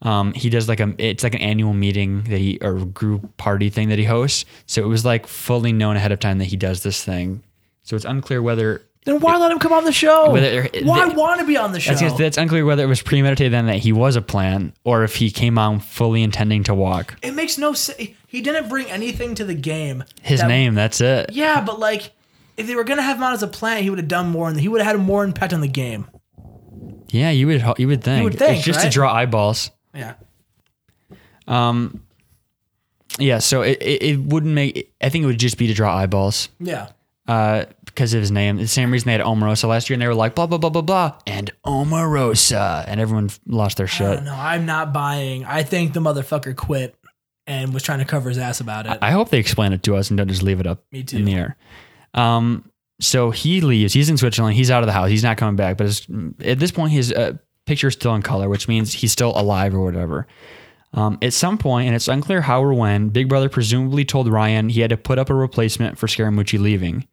Speaker 2: Um, he does like a it's like an annual meeting that he or group party thing that he hosts. So it was like fully known ahead of time that he does this thing. So it's unclear whether
Speaker 1: Then why let him come on the show?
Speaker 2: Whether-
Speaker 1: why
Speaker 2: the-
Speaker 1: want to be on the show?
Speaker 2: That's, that's unclear whether it was premeditated then that he was a plan or if he came on fully intending to walk.
Speaker 1: it makes no sense. He didn't bring anything to the game.
Speaker 2: His
Speaker 1: that-
Speaker 2: name, that's it.
Speaker 1: Yeah, but like, if they were gonna have him on as a plant, he would have done more, and he would have had more impact on the game.
Speaker 2: Yeah, you would ho- you would think.
Speaker 1: would think,
Speaker 2: it's just
Speaker 1: right?
Speaker 2: to draw eyeballs. Um,
Speaker 1: Yeah.
Speaker 2: Yeah, so it, it, it wouldn't make I think it would just be to draw eyeballs.
Speaker 1: Yeah.
Speaker 2: Uh, because of his name. The same reason they had Omarosa last year and they were like blah blah blah blah blah and Omarosa and everyone f- lost their
Speaker 1: I
Speaker 2: shit.
Speaker 1: don't know. I'm not buying. I think the motherfucker quit and was trying to cover his ass about it.
Speaker 2: I hope they explain it to us and don't just leave it up
Speaker 1: Me
Speaker 2: in the
Speaker 1: too.
Speaker 2: air. Um, so he leaves. He's in Switzerland. He's out of the house. He's not coming back. But it's, at this point, his uh, picture's still in color, which means he's still alive or whatever. Um, at some point, and it's unclear how or when, Big Brother presumably told Ryan he had to put up a replacement for Scaramucci leaving.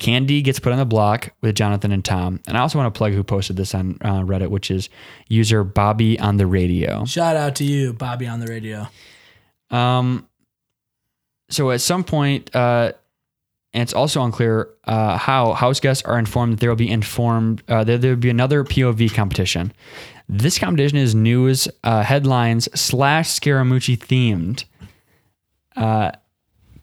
Speaker 2: Candy gets put on the block with Jonathan and Tom. And I also want to plug who posted this on uh, Reddit, which is user Bobby on the radio.
Speaker 1: Shout out to you, Bobby, on the radio.
Speaker 2: Um, so at some point, uh, and it's also unclear uh, how house guests are informed that there will be informed uh, that there will be another POV competition. This competition is news uh, headlines slash Scaramucci themed. Uh,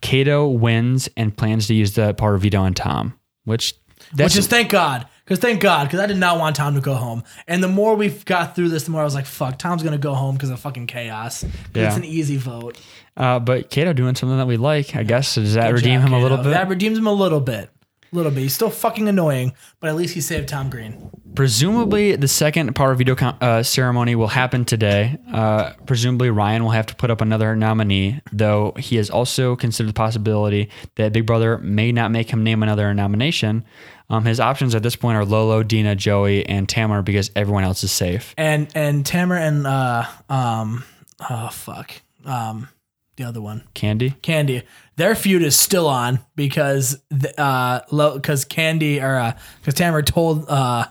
Speaker 2: Kato wins and plans to use the power of Vito and Tom, which that's
Speaker 1: Which is thank God. Because thank God, because I did not want Tom to go home. And the more we got through this, the more I was like, fuck, Tom's going to go home because of fucking chaos. 'Cause
Speaker 2: Yeah.
Speaker 1: It's an easy vote.
Speaker 2: uh, but Kato doing something that we like, I guess. So does that
Speaker 1: Good
Speaker 2: redeem
Speaker 1: job,
Speaker 2: him a little
Speaker 1: Kato.
Speaker 2: bit?
Speaker 1: That redeems him a little bit. A little bit. He's still fucking annoying, but at least he saved Tom Green.
Speaker 2: Presumably, the second Power Veto com- uh, ceremony will happen today. Uh, presumably, Ryan will have to put up another nominee, though he has also considered the possibility that Big Brother may not make him name another nomination. Um, his options at this point are Lolo, Dina, Joey, and Tamar because everyone else is safe.
Speaker 1: And and Tamara and uh um oh fuck. Um the other one.
Speaker 2: Candy?
Speaker 1: Candy. Their feud is still on because th- uh because Candy or uh because Tamara told uh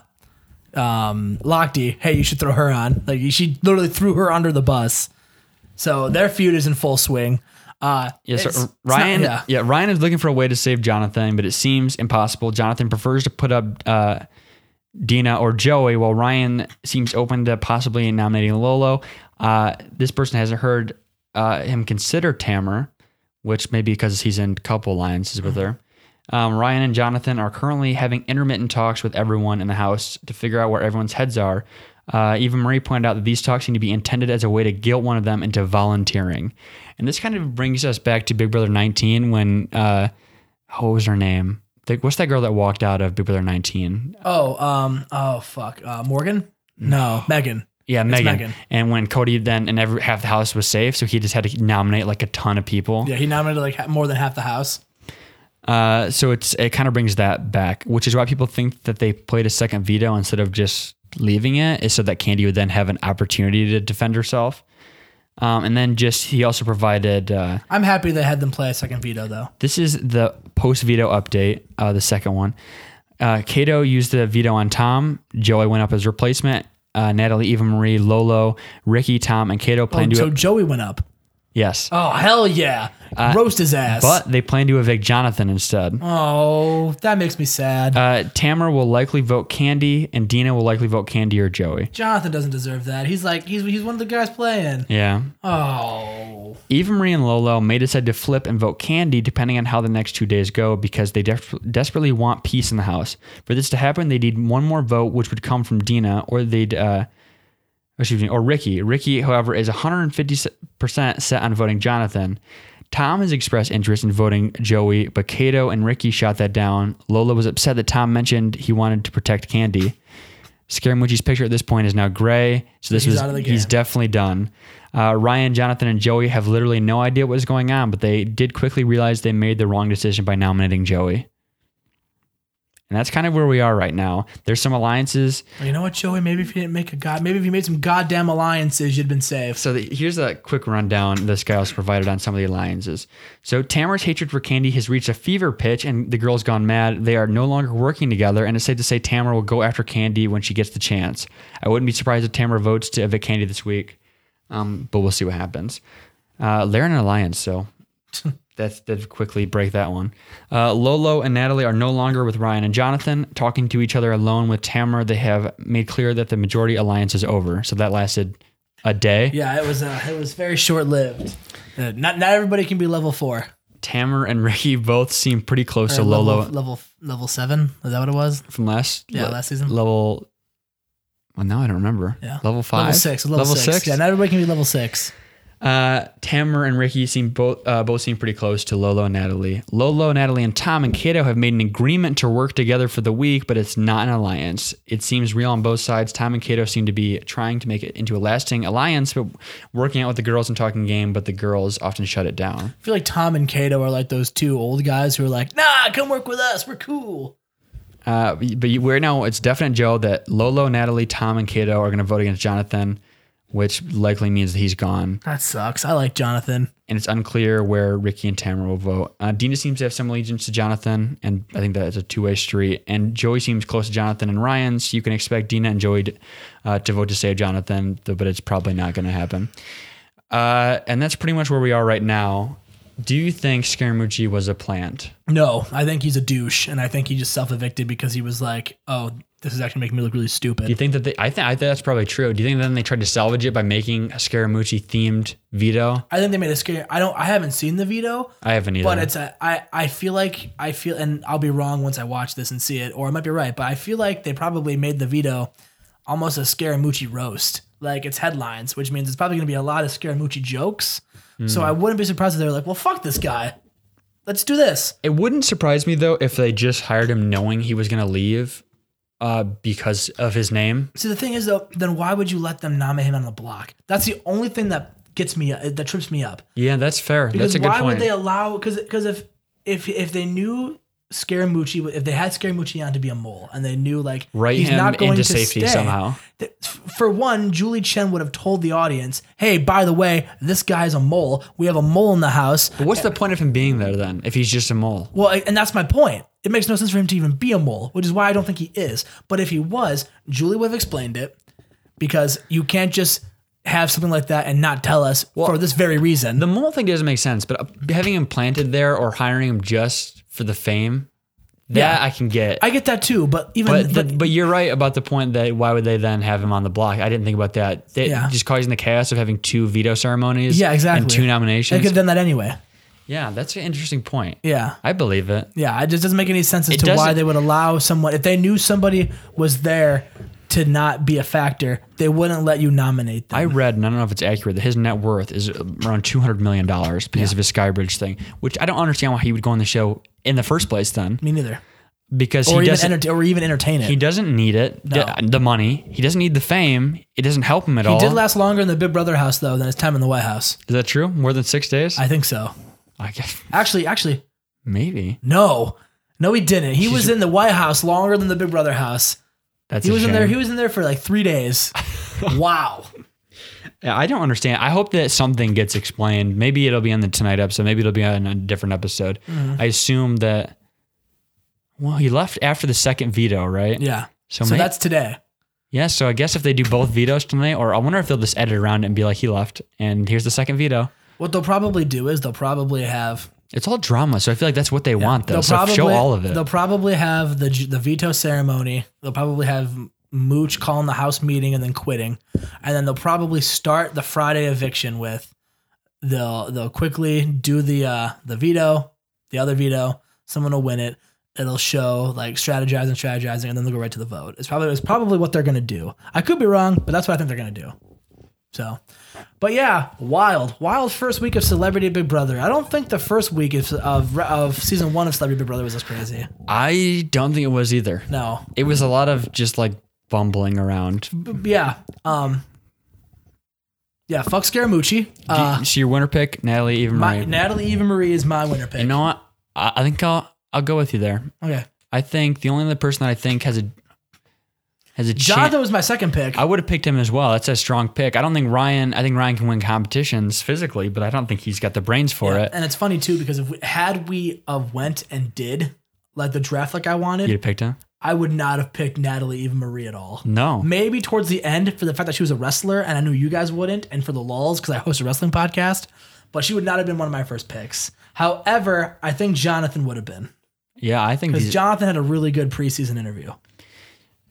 Speaker 1: um Lochte, hey, you should throw her on. Like she literally threw her under the bus. So their feud is in full swing. Uh
Speaker 2: Yes,
Speaker 1: it's-
Speaker 2: sir.
Speaker 1: it's not-
Speaker 2: Ryan.
Speaker 1: yeah.
Speaker 2: yeah. Ryan is looking for a way to save Jonathan, but it seems impossible. Jonathan prefers to put up uh, Dina or Joey, while Ryan seems open to possibly nominating Lolo. Uh, this person hasn't heard uh, him consider Tamer, which may be because he's in couple alliances with her. Um, Ryan and Jonathan are currently having intermittent talks with everyone in the house to figure out where everyone's heads are. Uh, even Marie pointed out that these talks seem to be intended as a way to guilt one of them into volunteering. And this kind of brings us back to Big Brother 19 when, uh, what was her name? Like, what's that girl that walked out of Big Brother 19?
Speaker 1: Oh, um oh fuck. Uh Morgan? No, Megan.
Speaker 2: Yeah, Megan.
Speaker 1: Megan.
Speaker 2: And when Cody then and every half the house was safe, so he just had to nominate like a ton of people.
Speaker 1: Yeah, he nominated like ha- more than half the house.
Speaker 2: Uh, so it's it kind of brings that back, which is why people think that they played a second veto instead of just leaving it, is so that Candy would then have an opportunity to defend herself. Um, and then just he also provided uh,
Speaker 1: I'm happy they had them play a second veto though.
Speaker 2: this is the post veto update, uh, the second one. Uh, Kato used the veto on Tom. Joey went up as replacement. Uh, Natalie, Eva Marie, Lolo, Ricky, Tom, and Kato plan
Speaker 1: Oh,
Speaker 2: to
Speaker 1: so Joey went up.
Speaker 2: yes,
Speaker 1: Oh hell yeah. Roast his ass.
Speaker 2: Uh, but they plan to evict Jonathan instead.
Speaker 1: Oh, that makes me sad.
Speaker 2: Uh, Tamara will likely vote Candy, and Dina will likely vote Candy or Joey.
Speaker 1: Jonathan doesn't deserve that. He's like he's he's one of the guys playing.
Speaker 2: Yeah.
Speaker 1: Oh,
Speaker 2: Eva Marie and Lolo may decide to flip and vote Candy depending on how the next two days go because they def- desperately want peace in the house. For this to happen, they need one more vote, which would come from Dina, or they'd, uh, excuse me, or Ricky. Ricky, however, is 150% set on voting Jonathan. Tom has expressed interest in voting Joey, but Kato and Ricky shot that down. Lola was upset that Tom mentioned he wanted to protect Candy. Scaramucci's picture at this point is now gray, so this
Speaker 1: He's
Speaker 2: was
Speaker 1: out of the
Speaker 2: he's
Speaker 1: game.
Speaker 2: definitely done. Uh, Ryan, Jonathan, and Joey have literally no idea what was going on, but they did quickly realize they made the wrong decision by nominating Joey. And that's kind of where we are right now. There's some alliances.
Speaker 1: Well, you know what, Joey? Maybe if you didn't make a god, maybe if you made some goddamn alliances, you'd been safe.
Speaker 2: So the, here's a quick rundown this guy also provided on some of the alliances. So Tamara's hatred for Candy has reached a fever pitch, and the girl's gone mad. They are no longer working together, and it's safe to say Tamara will go after Candy when she gets the chance. I wouldn't be surprised if Tamara votes to evict Candy this week, um, but we'll see what happens. Uh, they're in an alliance, so that's to quickly break that one. Uh, Lolo and Natalie are no longer with Ryan and Jonathan, talking to each other alone with Tamara. They have made clear that the majority alliance is over. So that lasted a day.
Speaker 1: Yeah, it was uh, it was very short lived. not not everybody can be level four.
Speaker 2: Tamara and Ricky both seem pretty close to
Speaker 1: Or
Speaker 2: Lolo
Speaker 1: level level level seven. Is that what it was?
Speaker 2: from last
Speaker 1: Yeah, last season.
Speaker 2: Level. Well, now I don't remember.
Speaker 1: Yeah.
Speaker 2: Level five.
Speaker 1: Level six. Level, six. Yeah, not everybody can be level six.
Speaker 2: Uh, Tamara and Ricky seem both uh, both seem pretty close to Lolo and Natalie. Lolo, Natalie, and Tom and Kato have made an agreement to work together for the week, but it's not an alliance. It seems real on both sides. Tom and Kato seem to be trying to make it into a lasting alliance, but working out with the girls and talking game, but the girls often shut it down.
Speaker 1: I feel like Tom and Kato are like those two old guys who are like, nah, come work with us. We're cool.
Speaker 2: Uh, but you, we're now it's definite, Joe, that Lolo, Natalie, Tom, and Kato are going to vote against Jonathan, which likely means that he's gone.
Speaker 1: That sucks. I like Jonathan.
Speaker 2: and it's unclear where Ricky and Tamara will vote. Uh, Dina seems to have some allegiance to Jonathan, and I think that is a two-way street. And Joey seems close to Jonathan and Ryan, so you can expect Dina and Joey to, uh, to vote to save Jonathan, th- but it's probably not going to happen. Uh, and that's pretty much where we are right now. Do you think Scaramucci was a plant?
Speaker 1: No, I think he's a douche, and I think he just self evicted because he was like, oh, this is actually making me look really
Speaker 2: Do you
Speaker 1: stupid.
Speaker 2: think that they, I think I think that's probably true. Do you think then they tried to salvage it by making a Scaramucci themed veto?
Speaker 1: I think they made a scare. I don't. I haven't seen the veto,
Speaker 2: I haven't either.
Speaker 1: but it's a. I. I feel like I feel, and I'll be wrong once I watch this and see it, or I might be right. But I feel like they probably made the veto almost a Scaramucci roast, like it's headlines, which means it's probably going to be a lot of Scaramucci jokes. So I wouldn't be surprised if they were like, well, fuck this guy, let's do this.
Speaker 2: It wouldn't surprise me though if they just hired him knowing he was going to leave uh, because of his name.
Speaker 1: See, the thing is, though, then why would you let them nominate him on the block? That's the only thing that gets me, that trips me up.
Speaker 2: Yeah, that's fair.
Speaker 1: Because
Speaker 2: that's a good
Speaker 1: why
Speaker 2: point.
Speaker 1: would they allow? Because because if if if they knew Scaramucci, if they had Scaramucci on to be a mole, and they knew like
Speaker 2: Write
Speaker 1: he's
Speaker 2: him
Speaker 1: not going
Speaker 2: into
Speaker 1: to
Speaker 2: safety
Speaker 1: stay,
Speaker 2: somehow.
Speaker 1: th- for one, Julie Chen would have told the audience, "Hey, by the way, this guy's a mole. We have a mole in the house."
Speaker 2: But what's the point of him being there then if he's just a mole?
Speaker 1: Well, I- and that's my point. It makes no sense for him to even be a mole, which is why I don't think he is. But if he was, Julie would have explained it because you can't just have something like that and not tell us for this very reason.
Speaker 2: The mole thing doesn't make sense, but uh, having him planted there or hiring him just for the fame, that
Speaker 1: Yeah.
Speaker 2: I can get.
Speaker 1: I get that too, but even
Speaker 2: but,
Speaker 1: the-
Speaker 2: but but you're right about the point that why would they then have him on the block? I didn't think about that. They-
Speaker 1: Yeah.
Speaker 2: Just causing the chaos of having two veto ceremonies.
Speaker 1: Yeah, exactly.
Speaker 2: And two
Speaker 1: they
Speaker 2: nominations.
Speaker 1: could have done that anyway.
Speaker 2: yeah, that's an interesting point.
Speaker 1: Yeah.
Speaker 2: I believe it.
Speaker 1: Yeah, it just doesn't make any sense as
Speaker 2: It
Speaker 1: to why
Speaker 2: doesn't-
Speaker 1: they would allow someone if they knew somebody was there to not be a factor, they wouldn't let you nominate them.
Speaker 2: I read, and I don't know if it's accurate, that his net worth is around two hundred million dollars because of his Skybridge thing, which I don't understand why he would go on the show in the first place. Then
Speaker 1: Me neither.
Speaker 2: because
Speaker 1: Or
Speaker 2: he
Speaker 1: even
Speaker 2: doesn't,
Speaker 1: enter- or even entertain it.
Speaker 2: he
Speaker 1: He,
Speaker 2: doesn't need it, the, the money. He doesn't need the fame. It doesn't help him at all.
Speaker 1: did last longer in the Big Brother house though than his time in the White House.
Speaker 2: is that true? More than six days?
Speaker 1: I think so.
Speaker 2: I guess
Speaker 1: Actually, actually,
Speaker 2: maybe.
Speaker 1: no, no, he didn't. He was in the White House longer than the Big Brother house.
Speaker 2: That's
Speaker 1: He
Speaker 2: a
Speaker 1: was in there.
Speaker 2: shame.
Speaker 1: He was in there for like three days. wow.
Speaker 2: Yeah, I don't understand. I hope that something gets explained. Maybe it'll be on the tonight episode. Maybe it'll be on a different episode.
Speaker 1: Mm-hmm.
Speaker 2: I assume that. Well, he left after the second veto, right?
Speaker 1: Yeah.
Speaker 2: So,
Speaker 1: so
Speaker 2: may-
Speaker 1: that's today.
Speaker 2: Yeah, so I guess if they do both vetoes tonight, or I wonder if they'll just edit around it and be like, he left, and here's the second veto.
Speaker 1: What they'll probably do is they'll probably have
Speaker 2: It's all drama, so I feel like that's what they want, though.
Speaker 1: They'll
Speaker 2: So
Speaker 1: probably
Speaker 2: show all of it.
Speaker 1: They'll probably have the the veto ceremony. They'll probably have Mooch calling the house meeting and then quitting, and then they'll probably start the Friday eviction with. They'll they'll quickly do the uh, the veto, the other veto. Someone will win it. It'll show like strategizing, strategizing, and then they'll go right to the vote. It's probably it's probably what they're gonna do. I could be wrong, but that's what I think they're gonna do. So, but yeah, wild, wild first week of Celebrity Big Brother. I don't think the first week of of, of season one of Celebrity Big Brother was as crazy.
Speaker 2: I don't think it was either.
Speaker 1: No,
Speaker 2: It was a lot of just like bumbling around. Do
Speaker 1: B- yeah, um, yeah. Fuck Scaramucci.
Speaker 2: you-
Speaker 1: Uh,
Speaker 2: so your winner pick, Natalie Eva
Speaker 1: my
Speaker 2: Marie.
Speaker 1: Natalie Eva Marie is my winner pick.
Speaker 2: you know what? I, I think I'll I'll go with you there.
Speaker 1: okay,
Speaker 2: I think the only other person that I think has a has a chance.
Speaker 1: Jonathan was my second pick.
Speaker 2: I would have picked him as well. That's a strong pick. I don't think Ryan. I think Ryan can win competitions physically, but I don't think he's got the brains for it.
Speaker 1: and it's funny too because if we, had we uh, went and did like the draft like I wanted,
Speaker 2: You'd have picked him.
Speaker 1: I would not have picked Natalie Eva Marie at all.
Speaker 2: No.
Speaker 1: maybe towards the end for the fact that she was a wrestler and I knew you guys wouldn't, and for the lulls because I host a wrestling podcast. but she would not have been one of my first picks. However, I think Jonathan would have been
Speaker 2: Yeah, I think
Speaker 1: because
Speaker 2: these,
Speaker 1: Jonathan had a really good preseason interview.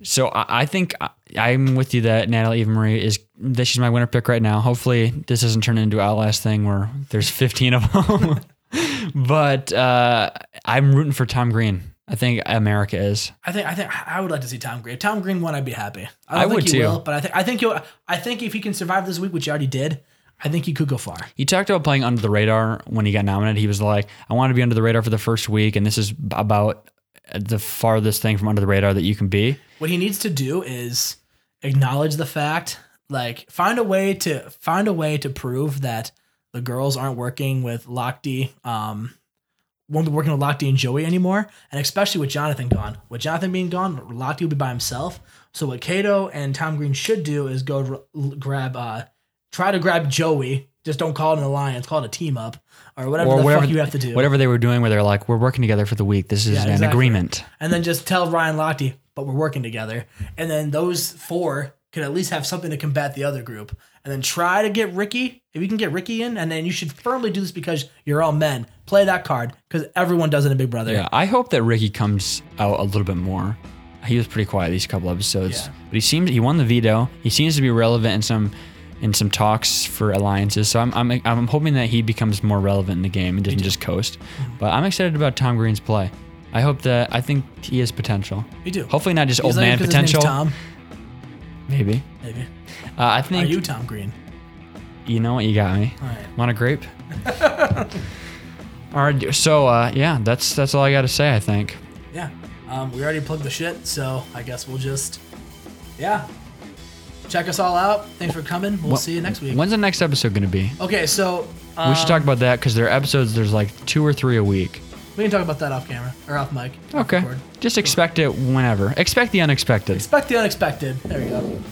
Speaker 2: so. I, I think I, I'm with you that Natalie Eva Marie is that she's my winner pick right now. Hopefully, this doesn't turn into Outlast thing where there's 15 of them. but uh, I'm rooting for Tom Green. I think America is.
Speaker 1: I think I think I would like to see Tom Green. If Tom Green won, I'd be happy. I, don't
Speaker 2: I
Speaker 1: think
Speaker 2: would
Speaker 1: he
Speaker 2: too.
Speaker 1: Will, but I think I think he'll, I think if he can survive this week, which he already did, I think he could go far.
Speaker 2: He talked about playing under the radar when he got nominated. He was like, I want to be under the radar for the first week, and this is about the farthest thing from under the radar that you can be.
Speaker 1: What he needs to do is acknowledge the fact, like find a way to find a way to prove that the girls aren't working with Lochte, um, won't be working with Lochte and Joey anymore, and especially with Jonathan gone. With Jonathan being gone, Lochte will be by himself. So what Cato and Tom Green should do is go r- grab, uh, try to grab Joey. Just don't call it an alliance, call it a team up or whatever the fuck you have to do.
Speaker 2: Whatever they were doing where they're like, we're working together for the week. This is
Speaker 1: Yeah,
Speaker 2: an
Speaker 1: exactly.
Speaker 2: agreement.
Speaker 1: and then just tell Ryan Lochte, but we're working together. And then those four could at least have something to combat the other group. And then try to get Ricky. If you can get Ricky in, and then you should firmly do this because you're all men. Play that card because everyone does it in Big Brother.
Speaker 2: Yeah, I hope that Ricky comes out a little bit more. He was pretty quiet these couple episodes,
Speaker 1: Yeah.
Speaker 2: but he seems he won the veto. He seems to be relevant in some in some talks for alliances. So I'm I'm, I'm hoping that he becomes more relevant in the game and doesn't just coast.
Speaker 1: Mm-hmm.
Speaker 2: But I'm excited about Tom Green's play. I hope that I think he has potential.
Speaker 1: You do.
Speaker 2: Hopefully not just
Speaker 1: He's
Speaker 2: old
Speaker 1: like-
Speaker 2: man
Speaker 1: 'cause his name's
Speaker 2: potential.
Speaker 1: Tom,
Speaker 2: Maybe.
Speaker 1: maybe.
Speaker 2: Uh, I
Speaker 1: Are
Speaker 2: think
Speaker 1: you Tom Green?
Speaker 2: you know what you got me.
Speaker 1: All right.
Speaker 2: Want a grape? all right. So uh, yeah, that's that's all I got to say. I think.
Speaker 1: Yeah. Um, we already plugged the shit, so I guess we'll just, yeah. Check us all out. Thanks for coming. We'll
Speaker 2: Wh-
Speaker 1: see you next week.
Speaker 2: When's the next episode going to be?
Speaker 1: Okay, so
Speaker 2: We
Speaker 1: um,
Speaker 2: should talk about that because there are episodes. There's like two or three a week.
Speaker 1: we can talk about that off camera or off mic. off
Speaker 2: Okay.
Speaker 1: record.
Speaker 2: Just expect it whenever. Expect the unexpected.
Speaker 1: Expect the unexpected. There we go.